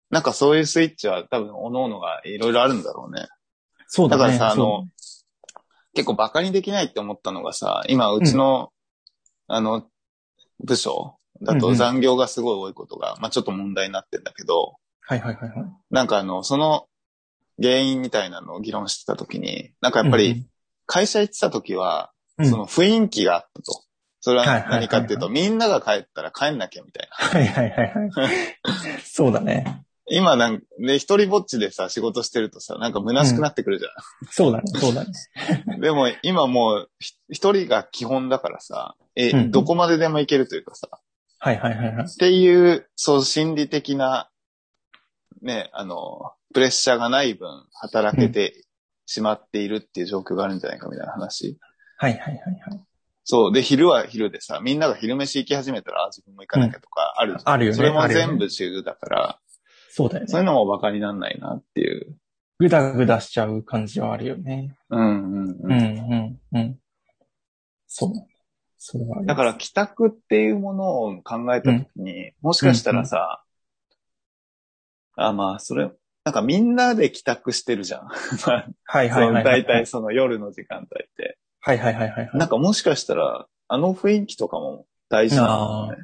S3: なんかそういうスイッチは多分、各々がいろいろあるんだろうね。
S1: そうだ
S3: だ
S1: ね。
S3: からさ、あ
S1: そう
S3: の、結構バカにできないって思ったのがさ、今、うちの、あの、部署だ
S1: うんう
S3: と
S1: ん
S3: 残業がすごい多いことが、まあちょっと問題になってんだけど、
S1: はいはいはいはい。
S3: なんかあの、その原因みたいなのを議論してた時に、なんかやっぱ
S1: う
S3: り
S1: ん
S3: 会社行ってた時は、
S1: うん、
S3: その雰囲気があったと。それは
S1: はいはいはいはい
S3: 何かっていうと、みんなが帰ったら帰んなきゃみたいな。
S1: はいはいはいはい。そうだね。
S3: 今なんか、で、一人ぼっちでさ、仕事してるとさ、なんか虚しくなってくるじゃん。
S1: そうだね。そうだね。
S3: でも今もうひ一人が基本だからさ、え、
S1: うん
S3: どこまででもいけるというかさ、
S1: はいはいはいはい。
S3: っていう、そう心理的な、ね、あの、プレッシャーがない分働けてしまっているっていう状況があるんじゃないかみたいな話。
S1: はいはいはいはい。
S3: そう。で、昼は昼でさ、みんなが昼飯行き始めたら、あ自分も行かなきゃとかあるじゃん、
S1: あるよね。
S3: それも
S1: あるよね
S3: 全部自由だから、
S1: そうだよ
S3: そうい
S1: ね。
S3: うのも馬鹿になんないなっていう。
S1: ぐだぐだしちゃう感じはあるよね。
S3: うんうん
S1: う
S3: うんん。
S1: うんうん。そう。それはあります
S3: だから、帰宅っていうものを考えたときに、もしかしたらさ、あ、まあ、それ、なんかみんなで帰宅してるじ ゃん。
S1: はい
S3: そ
S1: はいはいは
S3: の
S1: い。
S3: 大体。その夜の時間帯って。
S1: はいはいはいはい。
S3: なんかもしかしたら、あの雰囲気とかも大事なのね。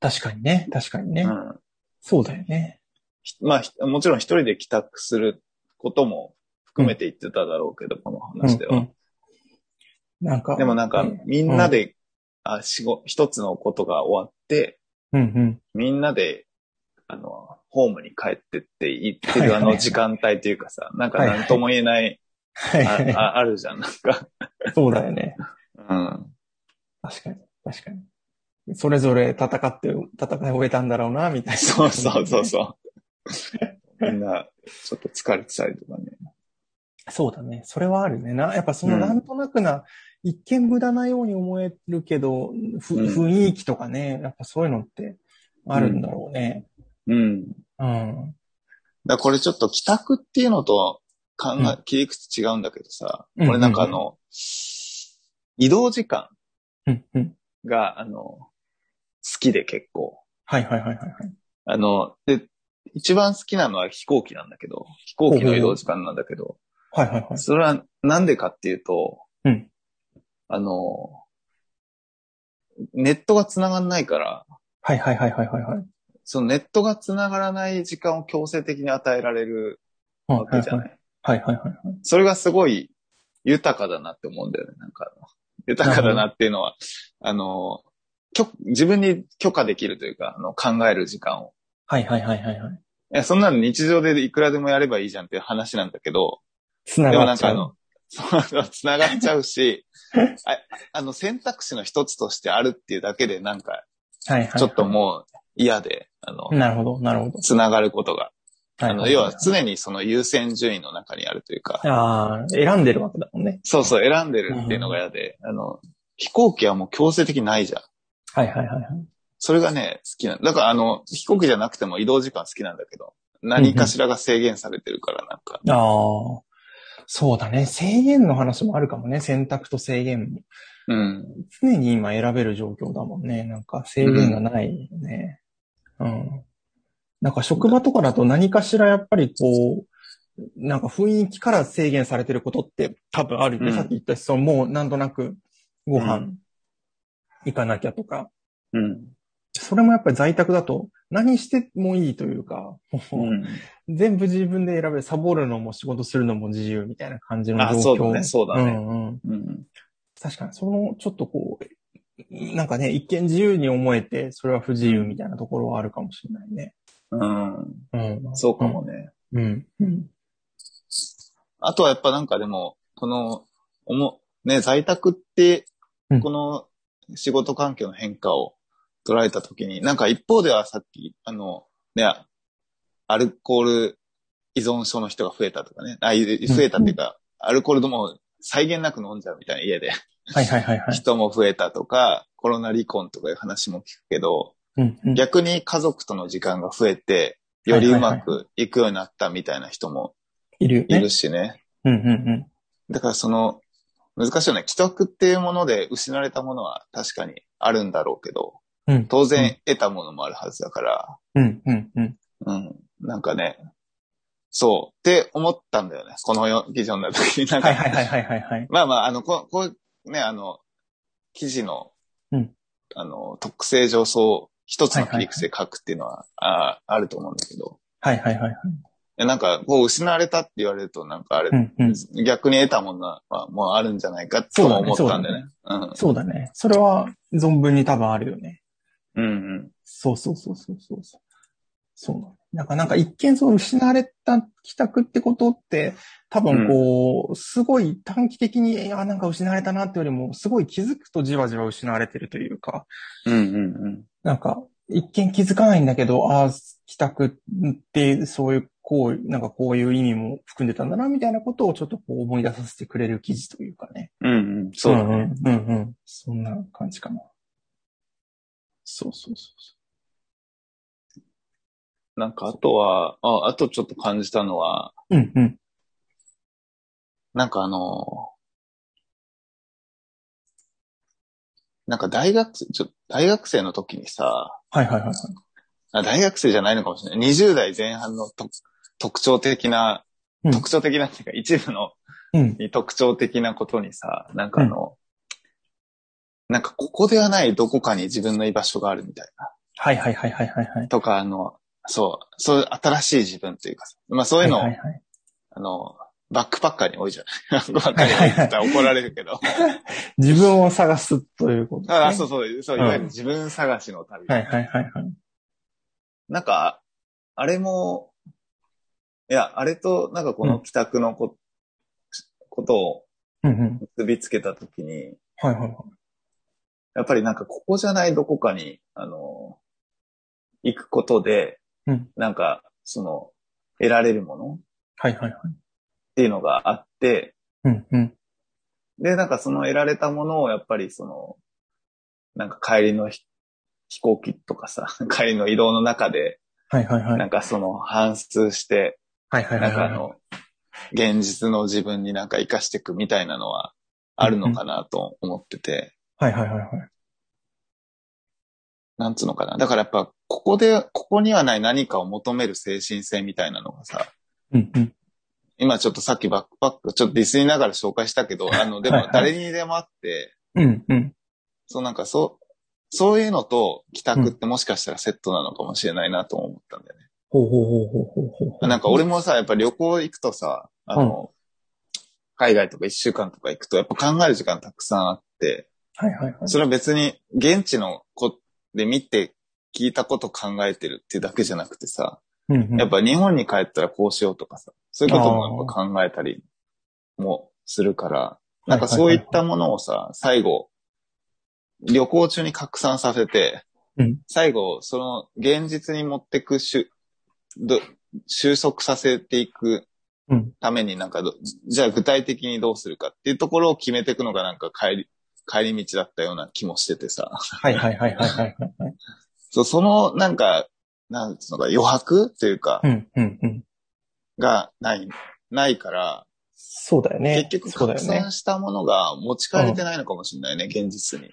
S1: 確かにね。確かにね。
S3: うん
S1: そうだよね。
S3: ひ。まあ、ひもちろん一人で帰宅することも含めて言ってただろうけど、この話では。
S1: うんうんなんか。
S3: でもなんか
S1: うん、
S3: みんなで、あ、仕事、一つのことが終わって、
S1: うん。
S3: みんなで、あの、ホームに帰ってって言って
S1: はい
S3: る
S1: は
S3: あ
S1: いはい
S3: の時間帯というかさ、なんか
S1: はいはい
S3: なんとも言えない、
S1: はい
S3: あ
S1: はい。
S3: ああるじゃん、なんか。
S1: そうだよね。
S3: うん。
S1: 確かに、確かに。それぞれ戦って、戦い終えたんだろうな、みたいな。
S3: そうそうそうそう。みんな、ちょっと疲れてたりとかね。
S1: そうだね。それはあるね。な、やっぱその
S3: うん
S1: なんとなくな、一見無駄なように思えるけど、ふ
S3: うん
S1: 雰囲気とかね、やっぱそういうのってあるんだろうね。
S3: うん。
S1: うん。
S3: だからこれちょっと帰宅っていうのと考え、
S1: う
S3: 切り口違うんだけどさ、
S1: うん
S3: これなんかあの、移動時間
S1: うん、うん。
S3: が、あの、好きで結構。
S1: はいはいはいはいはい。
S3: あの、で、一番好きなのは飛行機なんだけど、飛行機の移動時間なんだけど、
S1: はいはいはい。
S3: それはなんでかっていうと、
S1: うん
S3: あの、ネットが繋がんないから、
S1: はいはいはいはいはいはい。
S3: そのネットが繋がらない時間を強制的に与えられる
S1: うん
S3: わけじゃない。
S1: はいはいはいはい。
S3: それがすごい豊かだなって思うんだよね。なんかあの、豊かだなっていうのは、あの、許自分に許可できるというか、あの考える時間を。
S1: はいはいはいはいはい。
S3: いや、そんなの日常でいくらでもやればいいじゃんっていう話なんだけど、
S1: 繋
S3: でも
S1: が
S3: なん
S1: っちゃ
S3: かあ
S1: う。
S3: の、そうそう繋がっちゃ うし、ああの選択肢の一つとしてあるっていうだけでなんか、
S1: はいはいはい。
S3: ちょっともう嫌で、あの、
S1: なるほど、なるほど。
S3: 繋がることが。
S1: は
S3: あ
S1: い
S3: の、
S1: いい
S3: 要は常にその優先順位の中にあるというか、
S1: ああ、選んでるわけだもんね。
S3: そうそう、選んでるっていうのが嫌で、あの、飛行機はもう強制的にないじゃん。
S1: はいはいはいはい。
S3: それがね、好きなんだからあの、飛行機じゃなくても移動時間好きなんだけど、何かしらが制限されてるから、なんか。
S1: ああ。そうだね。制限の話もあるかもね。選択と制限も。
S3: うん。
S1: 常に今選べる状況だもんね。なんか制限がないよね。うん。なんか職場とかだと何かしらやっぱりこう、なんか雰囲気から制限されてることって多分あるよね。
S3: うん
S1: さっき言ったし、そのもうなんとなくご
S3: う
S1: 飯行かなきゃとか。
S3: うん。
S1: それもやっぱり在宅だと何してもいいというか、
S3: うん、
S1: 全部自分で選べ、サボるのも仕事するのも自由みたいな感じの状況。
S3: あそうだねそうだね
S1: うんうん。
S3: うん。
S1: 確かに、その、ちょっとこう、なんかね、一見自由に思えて、それは不自由みたいなところはあるかもしれないね。
S3: うん。
S1: うん。
S3: そうかもね。
S1: うん。うん。
S3: あとはやっぱなんかでも、この、おも、ね、在宅って
S1: うん、
S3: この仕事環境の変化を捉えたときに、なんか一方ではさっき、あの、ね、アルコール依存症の人が増えたとかね、あい増えたっていうか、アルコールでも際限なく飲んじゃうみたいな家で。
S1: はいはいはいはい。
S3: 人も増えたとか、コロナ離婚とかいう話も聞くけど、
S1: うんうん、
S3: 逆に家族との時間が増えて、よりうまくいくようになったみたいな人も
S1: いるよ
S3: い
S1: ね
S3: る。しね。
S1: うんうんうん。
S3: だからその、難しいよね。既得っていうもので失われたものは確かにあるんだろうけど、
S1: うん
S3: 当然得たものもあるはずだから、
S1: うんうんうん。
S3: うん、なんかね、そう、って思ったんだよね。この記事を読んだ時に。なんか
S1: はいはいはいはいはいはい。
S3: まあまあ、あの、こう、こう、ね、あの、記事の、
S1: うん
S3: あの、特性上そう、一つの切り口で書くっていうのは、ああると思うんだけど、
S1: はいはいはいはい。
S3: いやなんか、こう、失われたって言われると、なんかあれ、
S1: うんうん。
S3: 逆に得たものは、まあもうあるんじゃないかとも思ったんでね。うん
S1: そうだね。それは存分に多分あるよね。
S3: うんうん。
S1: そうそうそうそうそうそう。そうなのなんか、なんか一見そう失われた帰宅ってことって、多分こう、すごい短期的に、あ、なんか失われたなってよりも、すごい気づくとじわじわ失われてるというか、
S3: うんうんうん。
S1: なんか、一見気づかないんだけど、ああ、帰宅ってそういう行為、なんかこういう意味も含んでたんだな、みたいなことをちょっとこう思い出させてくれる記事というかね。
S3: うんうん。そうだね。
S1: んうんうんうん。そんな感じかな。そうそうそ
S3: なんか、あとは、あ、あとちょっと感じたのは、
S1: う。うんうん。
S3: なんかあの、なんか大学生、ちょ、大学生の時にさ、
S1: はいはいはいはい。
S3: あ大学生じゃないのかもしれない。20代前半のと特徴的な、
S1: うん
S3: 特徴的なっていうか、一部の
S1: うん。
S3: に特徴的なことにさ、なんかあの、なんかここではないどこかに自分の居場所があるみたいな。
S1: はいはいはいはいはいはい。
S3: とか、あの、そう、そういう新しい自分というかさ、まあそういうのを、
S1: はいはい
S3: あの、バックパッカーに多いじゃ ない。バックパッカーに多いって言ったら怒られるけど。
S1: 自分を探すということ、
S3: あそううそう、そう、
S1: ん
S3: いわゆる自分探しの旅。
S1: はいはいはいはい。
S3: なんか、あれも、いや、あれと、なんかこの帰宅のこ,、ことを
S1: うんうん。
S3: 結びつけたときに、
S1: はいはいはい。
S3: やっぱりなんかここじゃないどこかに、あの、行くことで、
S1: うん
S3: なんか、その、得られるものっ
S1: はいはいはい。
S3: ていうのがあって、
S1: うんうん。
S3: で、なんかその得られたものをやっぱりその、なんか帰りのひ飛行機とかさ、 帰りの移動の中で、
S1: はいはいはい。
S3: なんかその反数して、
S1: はいはいは
S3: ないんか
S1: は
S3: あ
S1: い。
S3: の、現実の自分になんか活かしていくみたいなのはあるのかなと思ってて、
S1: はいはいはいはい。
S3: なんつうのかな。だからやっぱ、ここで、ここにはない何かを求める精神性みたいなのがさ、
S1: うんうん。
S3: 今ちょっとさっきバックパック、ちょっとディスりながら紹介したけど、あの、で
S1: はい
S3: も
S1: はい
S3: 誰にでもあって、
S1: うんうん。
S3: そうなんかそう、そういうのと帰宅ってもしかしたらセットなのかもしれないなとも思ったんだよね。
S1: ほうほうほうほうほうほうほう。
S3: なんか俺もさ、やっぱ旅行行くとさ、あの、海外とか一週間とか行くと、やっぱ考える時間たくさんあって、
S1: はいはいはい。
S3: それは別に現地の子で見て聞いたこと考えてるっていうだけじゃなくてさ、
S1: うんうん。
S3: やっぱ日本に帰ったらこうしようとかさ、そういうこともやっぱ考えたりもするから、なんかそういったものをさ、最後、旅行中に拡散させて
S1: うん、
S3: 最後、その現実に持ってくしゅ、ど収束させていく
S1: うん
S3: ためになんかど、じゃあ具体的にどうするかっていうところを決めていくのがなんか帰り、帰り道だったような気もしててさ。
S1: はいはいはいはいはいはい。
S3: そうそのなんか、なんつうのか余白っていうか
S1: う、んうんうん。
S3: がない、ないから、
S1: そうだよね。
S3: 結局
S1: そうだ
S3: 拡
S1: よね。
S3: 散したものが持ち帰れてないのかもしれないね、現実に。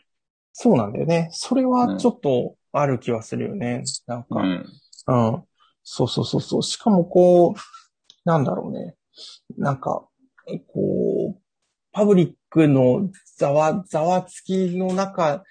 S1: そうなんだよね。それはちょっとある気はするよね。なんか、
S3: ん。
S1: うん。そうそうそうそう。しかもこう、なんだろうね。なんか、こう、パブリックのざわ、ざわつきの中、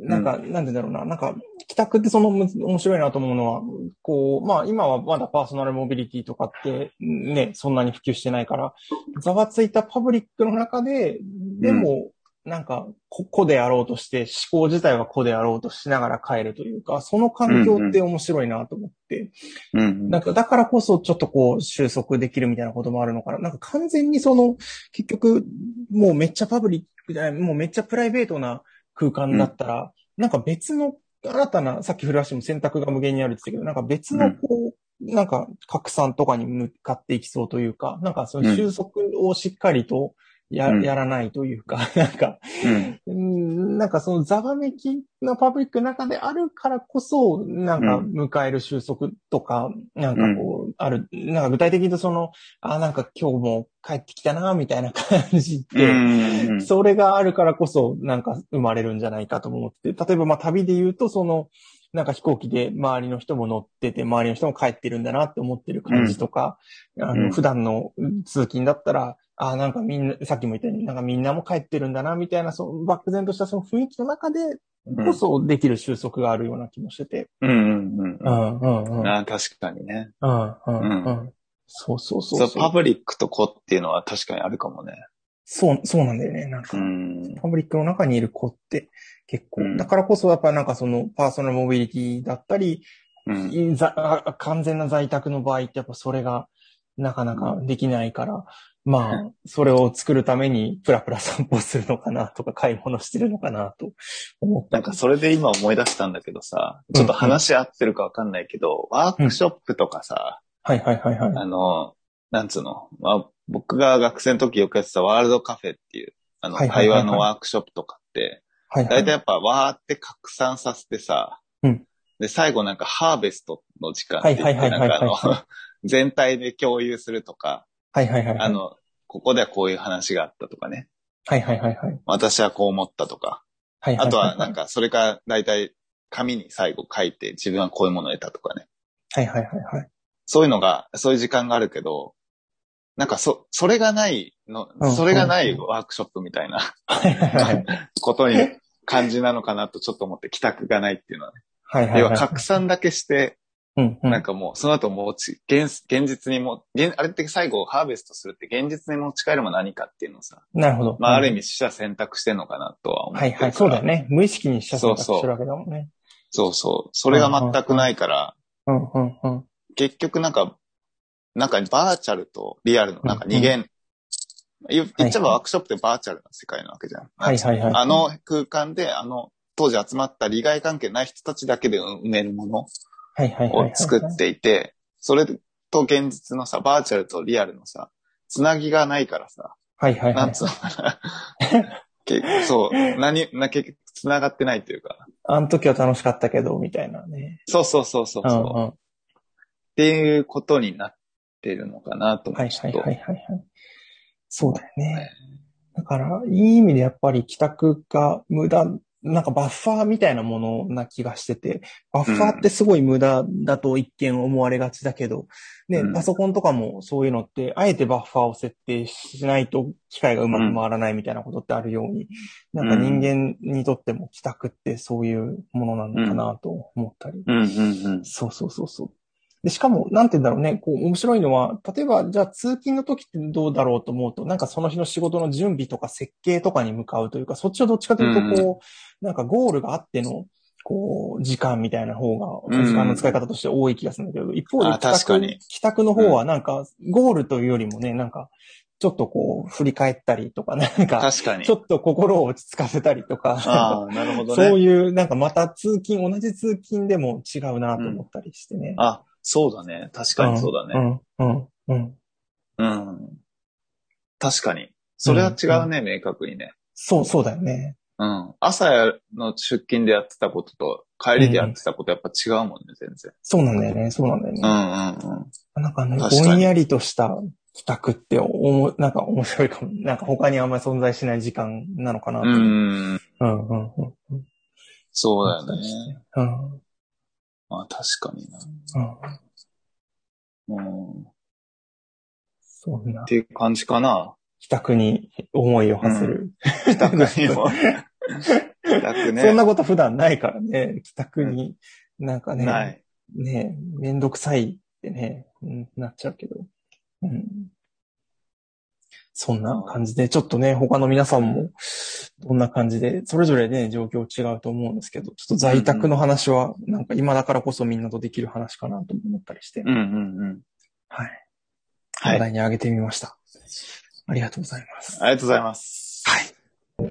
S1: なんか、なんでだろうな。なんか、帰宅ってそのむ面白いなと思うのは、こう、まあ今はまだパーソナルモビリティとかってね、そんなに普及してないから、ざわついたパブリックの中で、でも、なんか、こ、こであろうとして、思考自体はこであろうとしながら帰るというか、その環境って面白いなと思って、
S3: うん。
S1: なんか、だからこそちょっとこう、収束できるみたいなこともあるのかな。なんか完全にその、結局、もうめっちゃパブリックじゃない、もうめっちゃプライベートな空間だったら、なんか別の、新たな、さっき古橋も選択が無限にあるって言ってたけど、なんか別のこう、なんか拡散とかに向かっていきそうというか、なんかその収束をしっかりとや、
S3: うん
S1: やらないというか、 なんか、
S3: うん。
S1: うんなんかそのざわめきのパブリックの中であるからこそ、なんか
S3: うん
S1: 迎える収束とか、なんかこう、ある、なんか具体的に言うとその、あ、なんか今日も帰ってきたな、みたいな感じ
S3: う
S1: で、
S3: んうん。
S1: それがあるからこそ、なんか生まれるんじゃないかと思ってて、例えばまあ旅で言うと、その、なんか飛行機で周りの人も乗ってて、周りの人も帰ってるんだなって思ってる感じとか、あ
S3: うん
S1: の、普段の通勤だったら、ああ、なんかみんな、さっきも言ったように、なんかみんなも帰ってるんだな、みたいな、そう、漠然としたその雰囲気の中でこそできる収束があるような気もしてて。
S3: うんうんうん
S1: う、
S3: うん
S1: うん、うん。うん
S3: ん。、あ確かにね。
S1: うん、うん。そうそう
S3: そ
S1: そうう。
S3: パブリックと子っていうのは確かにあるかもね。
S1: そう、そうなんだよね、なんか
S3: う。ん。
S1: パブリックの中にいる子って結構、
S3: うん
S1: だからこそやっぱなんかそのパーソナルモビリティだったり、
S3: うん。
S1: ざあ完全な在宅の場合ってやっぱそれがなかなかできないから、まあ、それを作るためにプラプラ散歩するのかなとか買い物してるのかなと思った。
S3: なんかそれで今思い出したんだけどさ、ちょっと話合ってるかわかんないけど、ワークショップとかさ、
S1: はいはいはいはい。
S3: あの、なんつうの、まあ、僕が学生の時よくやってたワールドカフェっていう、あの、
S1: はいはい
S3: 会
S1: はいはい
S3: 話のワークショップとかって、
S1: はいは
S3: だい
S1: い
S3: たい。やっぱわーって拡散させてさ、
S1: うん
S3: で、最後なんかハーベストの時間って言っ
S1: はいは
S3: て、
S1: い
S3: な
S1: は
S3: ん
S1: いはいはい
S3: かあの、 全体で共有するとか、
S1: はいはいはいはい。
S3: あの、ここではこういう話があったとかね。
S1: はいはいはいはい。
S3: 私はこう思ったとか。
S1: はいいいい
S3: あとはなん、か、それから大体紙に最後書いて自分はこういうものを得たとかね。
S1: はいはいはいはい。
S3: そういうのが、そういう時間があるけど、なんかそ、それがないの
S1: うん、
S3: それがな
S1: う
S3: い
S1: ん
S3: ワークショップみたいな
S1: はいはいはい
S3: ことに感じなのかなとちょっと思って帰宅がないっていうのはね。
S1: はい はいはい。
S3: 要は拡散だけして、
S1: うんうん
S3: なんかもう、その後持ち、現現実にも、現あれって最後ハーベストするって現実に持ち帰るも何かっていうのをさ、
S1: なるほど。
S3: まあ、ある意味、死者選択してんのかなとは思っ
S1: は
S3: て
S1: い
S3: るか
S1: は
S3: ら。
S1: い。そうだよ。ね。無意識にした選択してるわけだもんね。
S3: そうそう。それが全くないから、
S1: うんうんうん。
S3: 結局なんか、なんかバーチャルとリアルのなんか二元、言言っちゃえばワークショップってバーチャルな世界なわけじゃん。
S1: はいはいはい。
S3: あの空間で、あの、当時集まった利害関係ない人たちだけで埋めるもの
S1: はいはいはいはい
S3: を作っていて、それと現実のさ、バーチャルとリアルのさ、つなぎがないからさ、
S1: はいはいは
S3: ないん。つうのかな。結 局そう、何、な、結局つながってないというか。
S1: あの時は楽しかったけど、みたいなね。
S3: そうそうそうそう
S1: うんう
S3: そう、
S1: ん。は
S3: っていうことになってるのかなと
S1: い
S3: 思
S1: は
S3: っ
S1: い
S3: て。ち
S1: は
S3: ょっ
S1: い
S3: と
S1: はいはい。そうだよ
S3: はい
S1: ね。だから、いい意味でやっぱり帰宅が無駄、なんかバッファーみたいなものな気がしてて、バッファーってすごい無駄だと一見思われがちだけど、ね
S3: うん、
S1: パソコンとかもそういうのって、あえてバッファーを設定しないと機械がうまく回らないみたいなことってあるように、なんか人間にとっても帰宅ってそういうものなのかなと思ったり。
S3: うんうんうん。
S1: そうそうそうそう。で、しかも、なんて言うんだろうね、こう、面白いのは、例えば、じゃあ、通勤の時ってどうだろうと思うと、なんかその日の仕事の準備とか設計とかに向かうというか、そっちをどっちかというと、こう、なんかゴールがあっての、こう、時間みたいな方が、
S3: うん
S1: 時間の使い方として多い気がするんだけど、一方で
S3: あ
S1: 帰宅
S3: 確かに
S1: 帰宅の方は、なんか、ゴールというよりもね、なんか、ちょっとこう、振り返ったりとか、なんか、
S3: 確かに
S1: ちょ。っと心を落ち着かせたりとか、
S3: ああ、なるほど
S1: そう
S3: ね。
S1: いう、なんかまた通勤、同じ通勤でも違うなと思ったりしてね。
S3: あ、そうだね。確かにそうだね。
S1: うん、うん、うん。
S3: うん。確かに。それは違うね、明確にね。
S1: そう、そうだよね。
S3: うん。朝の出勤でやってたことと、帰りでやってたことやっぱ違うもんね、全然。
S1: そうなんだよね、そうなんだよ
S3: う
S1: ね。
S3: んうんうん。
S1: なんかね、
S3: 確かに
S1: ぼんやりとした帰宅っておも、なんか面白いかも。なんか他にあんまり存在しない時間なのかなと。
S3: うんうん。
S1: うん、うん、うん。
S3: そうだよね。
S1: うん、うん。
S3: まあ確かにな。うん。っ
S1: そんな、
S3: ていう感じか な。
S1: 帰宅に思いを馳せる。
S3: 帰宅にも。帰宅ね。
S1: そんなこと普段ないからね、帰宅に、なんかね、
S3: ない。
S1: ねえ、めんどくさいってね、うん、なっちゃうけど。うん。そんな感じで、ちょっとね、他の皆さんも、どんな感じで、それぞれね、状況違うと思うんですけど、ちょっと在宅の話は、なんか今だからこそみんなとできる話かなと思ったりして、
S3: うんうんうん。
S1: はい。
S3: はい
S1: 話題に上げてみました。ありがとうございます。
S3: ありがとうございます。はい。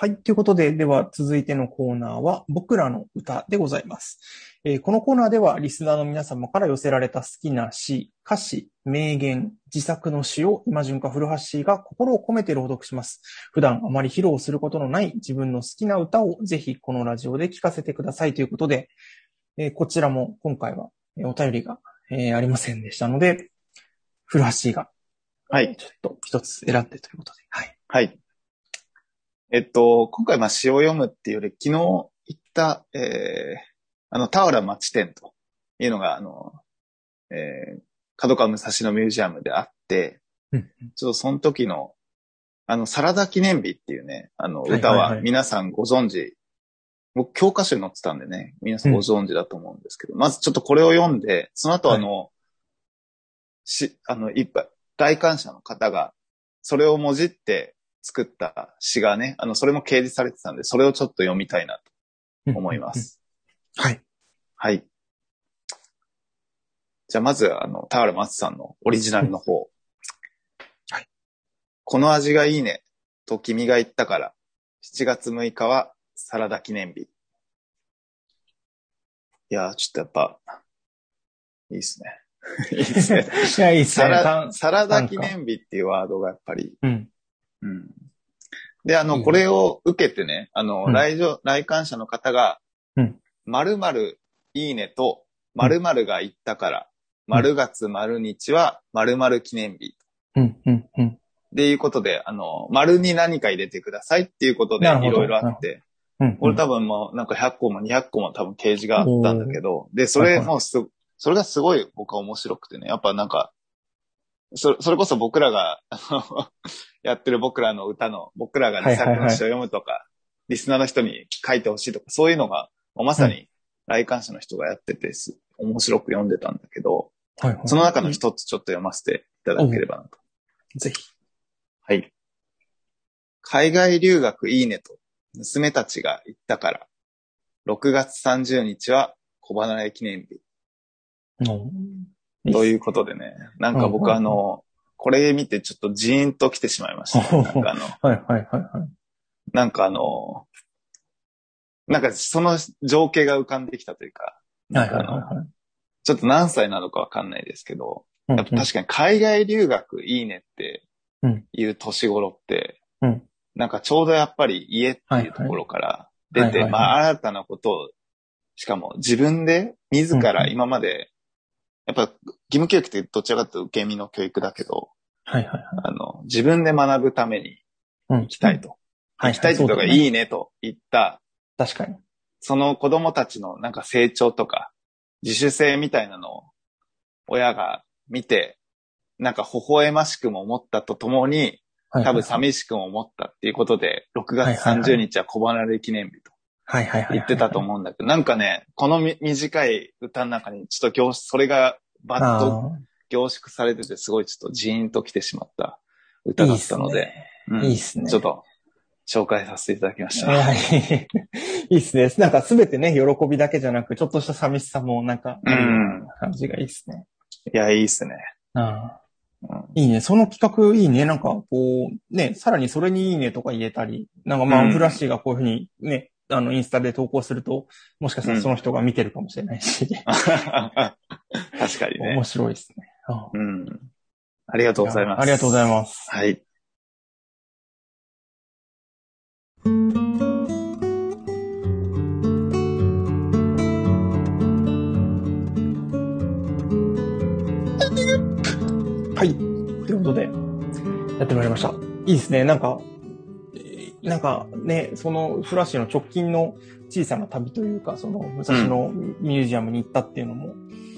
S1: はい。ということで、では続いてのコーナーは、僕らの歌でございます。えーこのコーナーでは、リスナーの皆様から寄せられた好きな詩、歌詞、名言、自作の詩を今順化古橋が心を込めて朗読します。普段あまり披露することのない自分の好きな歌をぜひこのラジオで聴かせてくださいということで、えーこちらも今回はえーお便りが、えーありませんでしたので、古橋が
S3: はい。
S1: ちょっと一つ選んでということで。はい。
S3: はい。えっと、今回、まあ、詩を読むっていうより、昨日行った、えー、あの、田原町店というのが、あの、えー、角川武蔵野ミュージアムであって、
S1: うん
S3: ちょっとその時の、あの、サラダ記念日っていうね、あの、
S1: はいはい
S3: 歌
S1: はい
S3: は皆さんご存知、僕、教科書に載ってたんでね、皆さんご存知だと思うんですけど、まずちょっとこれを読んで、その後、あの、し、あの、いっぱい、来館者の方が、それをもじって作った詩がね、あの、それも掲示されてたんで、それをちょっと読みたいなと思いま。す。
S1: はい。
S3: はい。じゃあまず、あの、田原松さんのオリジナルの方。
S1: はい。
S3: この味がいいね、と君が言ったから、7月6日はサラダ記念日。いやー、ちょっとやっぱ、いいっすね。いいっすね。
S1: いや、いいっす
S3: サ
S1: ね。た
S3: ラ
S1: ん
S3: サラダ記念日っていうワードがやっぱり
S1: うん。
S3: うんで、あ
S1: いい
S3: の、
S1: ね
S3: これを受けてね、あの、
S1: うん
S3: 来場、来館者の方が、
S1: うん
S3: 〇〇いいねと、〇〇が言ったから、〇月〇日は〇〇記念日。
S1: うん、うん、うん。
S3: っていうことで、あの、〇に何か入れてくださいっていうことで、い
S1: なるほど
S3: ろいろあって、
S1: うん。
S3: 俺多分もうなんか100個も200個も多分掲示があったんだけど、で、そ
S1: はい
S3: れ
S1: はい
S3: もうす、それがすごい僕は面白くてね、やっぱなんか、そそれこそ僕らが、 あのやってる僕らの歌の、僕らが
S1: はい
S3: 自
S1: はい
S3: 作
S1: はい
S3: の詩を読むとか、リスナーの人に書いてほしいとか、そういうのが、もうまさに来館者の人がやっててす、面白く読んでたんだけど、
S1: はいはい
S3: その中の一つちょっと読ませていただければなと。
S1: ぜひ。
S3: はい。海外留学いいねと娘たちが言ったから、6月30日は小離れ記念日
S1: うん
S3: ということでね、なんか
S1: うんうん
S3: 僕
S1: うん
S3: あの、これ見てちょっとジーンと来てしまいま した。なんかあの、
S1: はいはいはいはい。
S3: なんかあの、なんかその情景が浮かんできたというか、なんかあの、
S1: は
S3: ちょっと何歳なのかわかんないですけど、
S1: い
S3: やっぱ確かに海外留学いいねって
S1: うん
S3: いう年頃って、
S1: うん
S3: なんかちょうどやっぱり家っていうところから出て、
S1: はいはい
S3: まあ新たなことを、しかも自分で自
S1: う
S3: ら
S1: んうん
S3: 今まで、やっぱ義務教育ってどちらかというと受け身の教育だけど、
S1: はいはいは
S3: あの、自分で学ぶために
S1: い。
S3: 行きたい。と。
S1: はいはい
S3: 行きたいってと
S1: そ
S3: か
S1: うだね
S3: いいねと言った、
S1: 確かに。
S3: その子供たちのなんか成長とか、自主性みたいなのを親が見て、なんか微笑ましくも思ったとともに、多分寂しくも思ったっていうことで、6月30日は小離れ記念日と
S1: はいはいはい。
S3: 言ってたと思うんだけど、なんかね、このみ短い歌の中にちょっと凝縮、それがバッと
S1: あ
S3: 凝縮されてて、すごいちょっとジーンと来てしまった
S1: あ
S3: 歌
S1: い
S3: だ
S1: いっ
S3: っ
S1: す
S3: たので、
S1: ね。
S3: うん
S1: いいっすね。
S3: ちょっと紹介させていただきました。
S1: はい。いいっすね。なんかすべてね、喜びだけじゃなく、ちょっとした寂しさもなんか
S3: う
S1: あるよ
S3: ん
S1: う。な感じがいいっすね。
S3: いや、いいっすね。
S1: ああ
S3: うん
S1: いいね。その企画いいね。なんかこう、ね、さらにそれにいいねとか言えたり、なんかま
S3: う
S1: あ、
S3: ん
S1: フラッシーがこういうふうにね、あの、インスタで投稿すると、もしかしたらその人が見てるかもしれないし、
S3: 確かにね
S1: 面。白いっすね。ああ
S3: うん。ありがとうございます。
S1: ありがとうございます。
S3: す。はい。
S1: はい。ということで、やってまいりました。いいですね。なんか、えーなんかね、そのフラッシュの直近の小さな旅というか、その武蔵野ミュージアムに行ったっていうのも、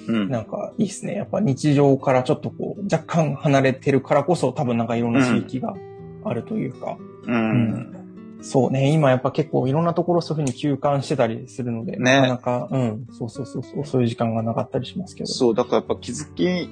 S3: うん。
S1: なんかいいですね。やっぱ日常からちょっとこう、若干離れてるからこそ多分なんかいろんな刺激があるというか、
S3: うん。
S1: そうね、今やっぱ結構いろんなところそういうふうに休館してたりするので、な
S3: ね
S1: かなか、うん、そうそうそうそう、そういう時間がなかったりしますけど。
S3: そう、だからやっぱ気づき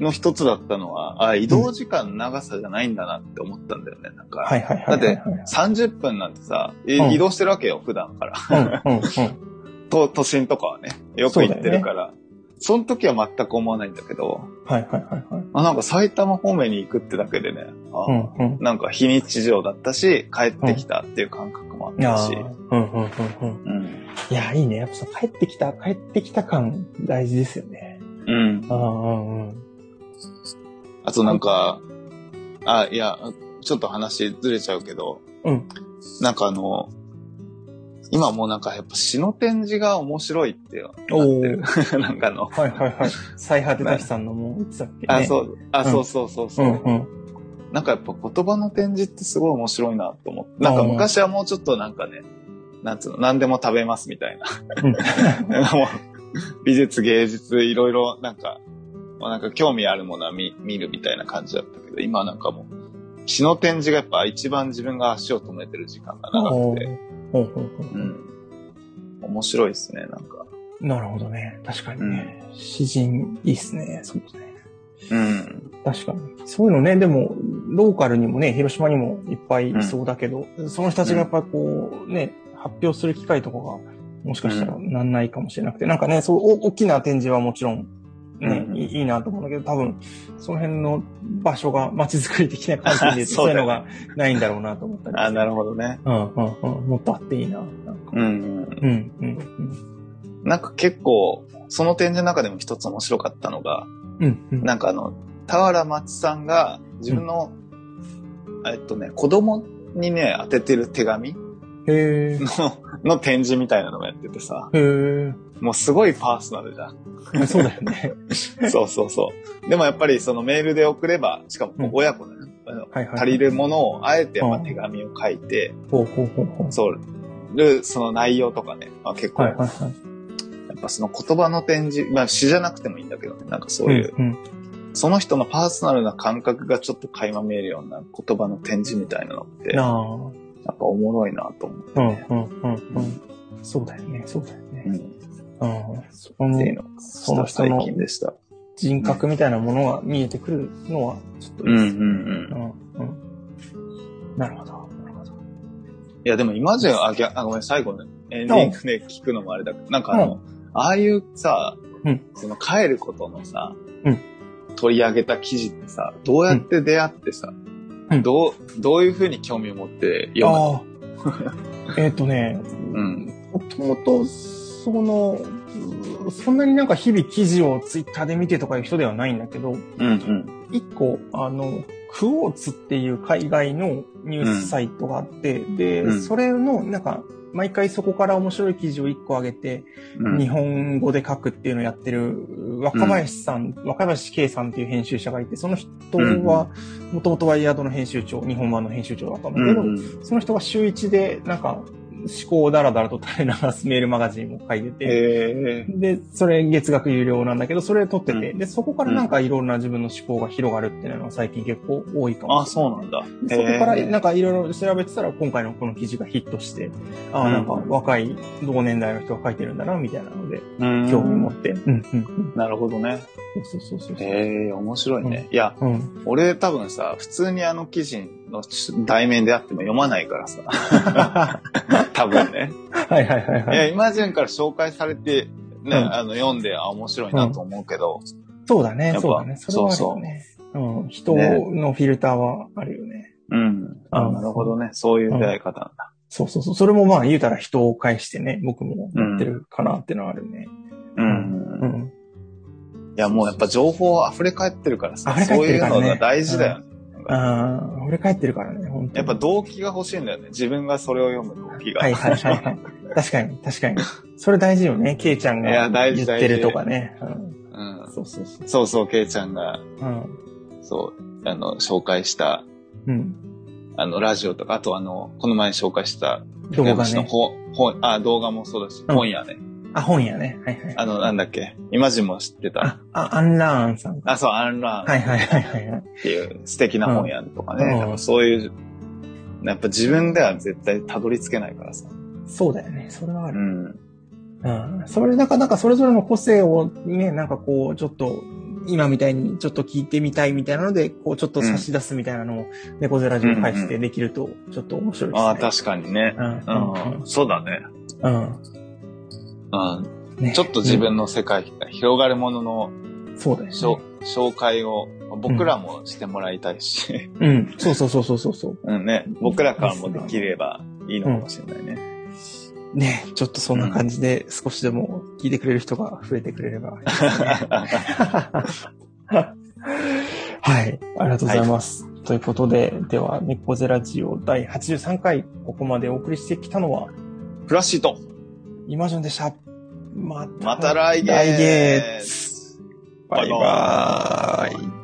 S3: の一つだったのは、あ、移動時間の長さじゃないんだなって思ったんだよね。なんか、
S1: はいはいはいはいはい、はい。
S3: 30分なんてさ、い
S1: うん
S3: 移動してるわけよ、普段から。
S1: うん、うん、うん。
S3: と都心とかはね、よく行ってるから。その時は全く思わないんだけど、
S1: はいはいはいはい。
S3: あ、なんか埼玉方面に行くってだけでね、あ
S1: うんうん。
S3: なんか非日常だったし、帰ってきたっていう感覚もあっ
S1: あ
S3: た
S1: あ
S3: し、
S1: うんうんうんうん。
S3: うん。
S1: いや、いいね。やっぱその帰ってきた、帰ってきた感大事ですよね。
S3: うん。
S1: ああ、うんうん。
S3: あとなんか、あ、いや、ちょっと話ずれちゃうけど、
S1: うん
S3: なんかあの、今もうなんかやっぱ詩の展示が面白いってなってる。 なんかあの、
S1: はいはいはい。最果てたきさんのもう、いつだっけ、ね、
S3: あ、そう、あ、
S1: うん
S3: そうそうそうそうう、
S1: んうん。
S3: なんかやっぱ言葉の展示ってすごい面白いなと思って。なんか昔はもうちょっとなんかね、なんつうの、何でも食べますみたいな。もう美術、芸術、いろいろなんか、まあなんか興味あるものは見見るみたいな感じだったけど、今はなんかもう、詩の展示がやっぱ一番自分が足を止めてる時間が長
S1: おー
S3: くて、
S1: ほうほうほ
S3: うん。面白いですね、なんか。
S1: うなるほどね。確かにね。詩人、いいっすね。そうですね。
S3: うん。
S1: 確かに。そういうのね、でも、ローカルにもね、広島にもいっぱいいそうだけど、その人たちがやっぱりこう、ね、発表する機会とかが、もしかしたらなんないかもしれなくて、なんかね、そう、お大きな展示はもちろん、ね、
S3: うん
S1: いいいなと思うんだけど、多分、その辺の場所が、街づくり的な観点で言うと、
S3: そ
S1: そううい
S3: だ
S1: う
S3: よ
S1: の
S3: ね
S1: がないんだろうなと思ったり
S3: あ、なる
S1: ほ
S3: ほどね。
S1: ど。うんうんうん。もっとあっていいな。なんか
S3: うん。
S1: うんうん
S3: なんか結構、その展示の中でも一つ面白かったのが、
S1: うん。うんうん。
S3: なんかあの、田原町さんが自分の、えっとね、子供にね、当ててる手紙
S1: へー
S3: のの展示みたいなのもやっててさ、
S1: へ
S3: もうすごいパーソナルじゃん。
S1: え。そうだよね。
S3: そうそうそう。でもやっぱりそのメールで送れば、しかもこう
S1: うん
S3: 親子だね。あの
S1: はいはい。
S3: 足り
S1: る。
S3: るものを、あえてやっぱ手紙を書いて、
S1: ほうほうほうほう。
S3: そう、る、その内容とかね、まあ、結構、
S1: はい
S3: や
S1: はいはい。
S3: っぱその言葉の展示、まあ詩じゃなくてもいいんだけどね、なんかそういう、
S1: うんうん
S3: その人のパーソナルな感覚がちょっと垣間見えるような言葉の展示みたいなのって、やっ
S1: なあ。
S3: ぱおもろいなと思って、
S1: うんうんうんうん。そうだよね、そうだよね。
S3: うん、
S1: う
S3: っ
S1: ん。そ
S3: て
S1: の
S3: いうのを
S1: その人
S3: 最
S1: の
S3: 近でした。
S1: 人格みたいなものが見えてくるのは、ちょっと
S3: う
S1: いい
S3: んう
S1: で
S3: ん
S1: すね。
S3: うん。
S1: うんうんなるほど、なるほど。
S3: いやでも今じゃ、あ、ぎゃあごめん、最後のエンディングで聞くのもあれだけど、なんかあの、ああいうさ、
S1: うん
S3: その帰ることのさ、
S1: うん
S3: 取り上げた記事ってさ、どうやって出会ってさ、
S1: うん
S3: どう、どういうふうに興味を持って読む
S1: ああ。えっとね、
S3: うん。
S1: もともと、その、うんそんなになんか日々記事をツイッターで見てとかいう人ではないんだけど、
S3: うんうん。
S1: 一個、あの、クオーツっていう海外のニュースサイトがあって、で、
S3: うん
S1: それの、なんか、毎回そこから面白い記事を一個上げて、
S3: うん。
S1: 日本語で書くっていうのをやってる若林さん、若林圭さんっていう編集者がいて、その人は、もともとワイヤードの編集長、日本版の編集長だったんだ
S3: うん
S1: けど、
S3: うん。
S1: その人が週一で、なんか、思考をダラダラと垂れ流すメールマガジンを書いてて、
S3: え
S1: で、それ月額有料なんだけど、それ取ってて、
S3: う
S1: で、そこからなんかいろんな自分の思考が広がるっていうのは最近結構多いか
S3: ー、
S1: も
S3: あ、
S1: しれ
S3: そ
S1: な
S3: う
S1: い。
S3: なんだ。
S1: そこから
S3: えー
S1: なんかいろいろ調べてたら、今回のこの記事がヒットして、あ
S3: う
S1: あ、
S3: ん
S1: なんか若い同年代の人が書いてるんだな、みたいなので、
S3: うん
S1: 興味持って。うん、うん、
S3: なるほどね。
S1: うん。そうそうそうそう。
S3: ええ面白いね。いや、
S1: うん。
S3: 俺多分さ、普通にあの記事の題名であっても読まないからさ。 多分ね。
S1: はいはいはい
S3: い
S1: は
S3: や、
S1: い。
S3: イマジンから紹介されて、ね、
S1: うん
S3: あの、読んで、あ、面白いなと思うけど、
S1: そうだね
S3: やっ、ぱ
S1: そうだね。それはあるよね。うん。人のフィルターはあるよね。
S3: うん。あ
S1: うん
S3: なるほどね。そういう出会い方なんだ。
S1: そうそうそう。それもまあ言うたら人を介してね、僕もやってるかなってのはあるね。
S3: うん。
S1: う
S3: い
S1: ん。
S3: や、もうやっぱ情報溢れ返ってるからさ、
S1: 溢れ返
S3: そう
S1: って
S3: い
S1: る
S3: う
S1: からね
S3: のが大事だよね。
S1: ああ、俺帰ってるからね、本当
S3: やっ
S1: に
S3: ぱ動機が欲しいんだよね。自分がそれを読む動機が。
S1: はいはいはいはい。確かに、確かに。それ大事よね、ケイちゃん
S3: いや
S1: が
S3: 大
S1: 言
S3: 事
S1: ってるとかね。うん
S3: うん。
S1: そうそうそう。
S3: そうそう、ケイちゃんが、
S1: うん。
S3: そう、あの、紹介した、
S1: うん。
S3: あの、ラジオとか、あとあの、この前紹介した、
S1: 動画
S3: の
S1: ね。
S3: 本、本、あ、動画もそうだし、
S1: うん
S3: 本やね。
S1: あ、本やね。はいはい。
S3: あの、なんだっけ、イマジンも知ってた。
S1: あ、あアンラーンさんか。
S3: あ、そう、アンラ
S1: は
S3: ー
S1: いはいはいはいはい。
S3: ンっていう素敵な本やんとかね。
S1: うん
S3: なんかそういう、やっぱ自分では絶対たどり着けないからさ。
S1: そうだよね。それはあ
S3: う
S1: る。
S3: ん。
S1: うん。それ、なんか、なんかそれぞれの個性をね、なんかこう、ちょっと、今みたいにちょっと聞いてみたいみたいなので、こう、ちょっと差し出すみたいなのを、猫背ラジオを介してできると、ちょっと面白いですね。
S3: ああ、確かにね。
S1: うん
S3: うん。そうだね。
S1: うん。うん。
S3: うん。
S1: ね
S3: ちょっと自分の世界が広がるものの
S1: そうだよ、ね。
S3: しょ紹介を僕らもしてもらいたいし、
S1: うん。そうそうそうそうそうそう。
S3: うんね、僕らからもできればいいのかもしれないね。
S1: ねちょっとそんな感じで少しでも聞いてくれる人が増えてくれればいいですね。 はい。ありがとうございます。ということで、では、ミッコゼラジオ第83回、ここまでお送りしてきたのは、
S3: プラシート
S1: イマジョンでした。また
S3: また来月
S1: 来月バイバ
S3: バイバ
S1: ーイ。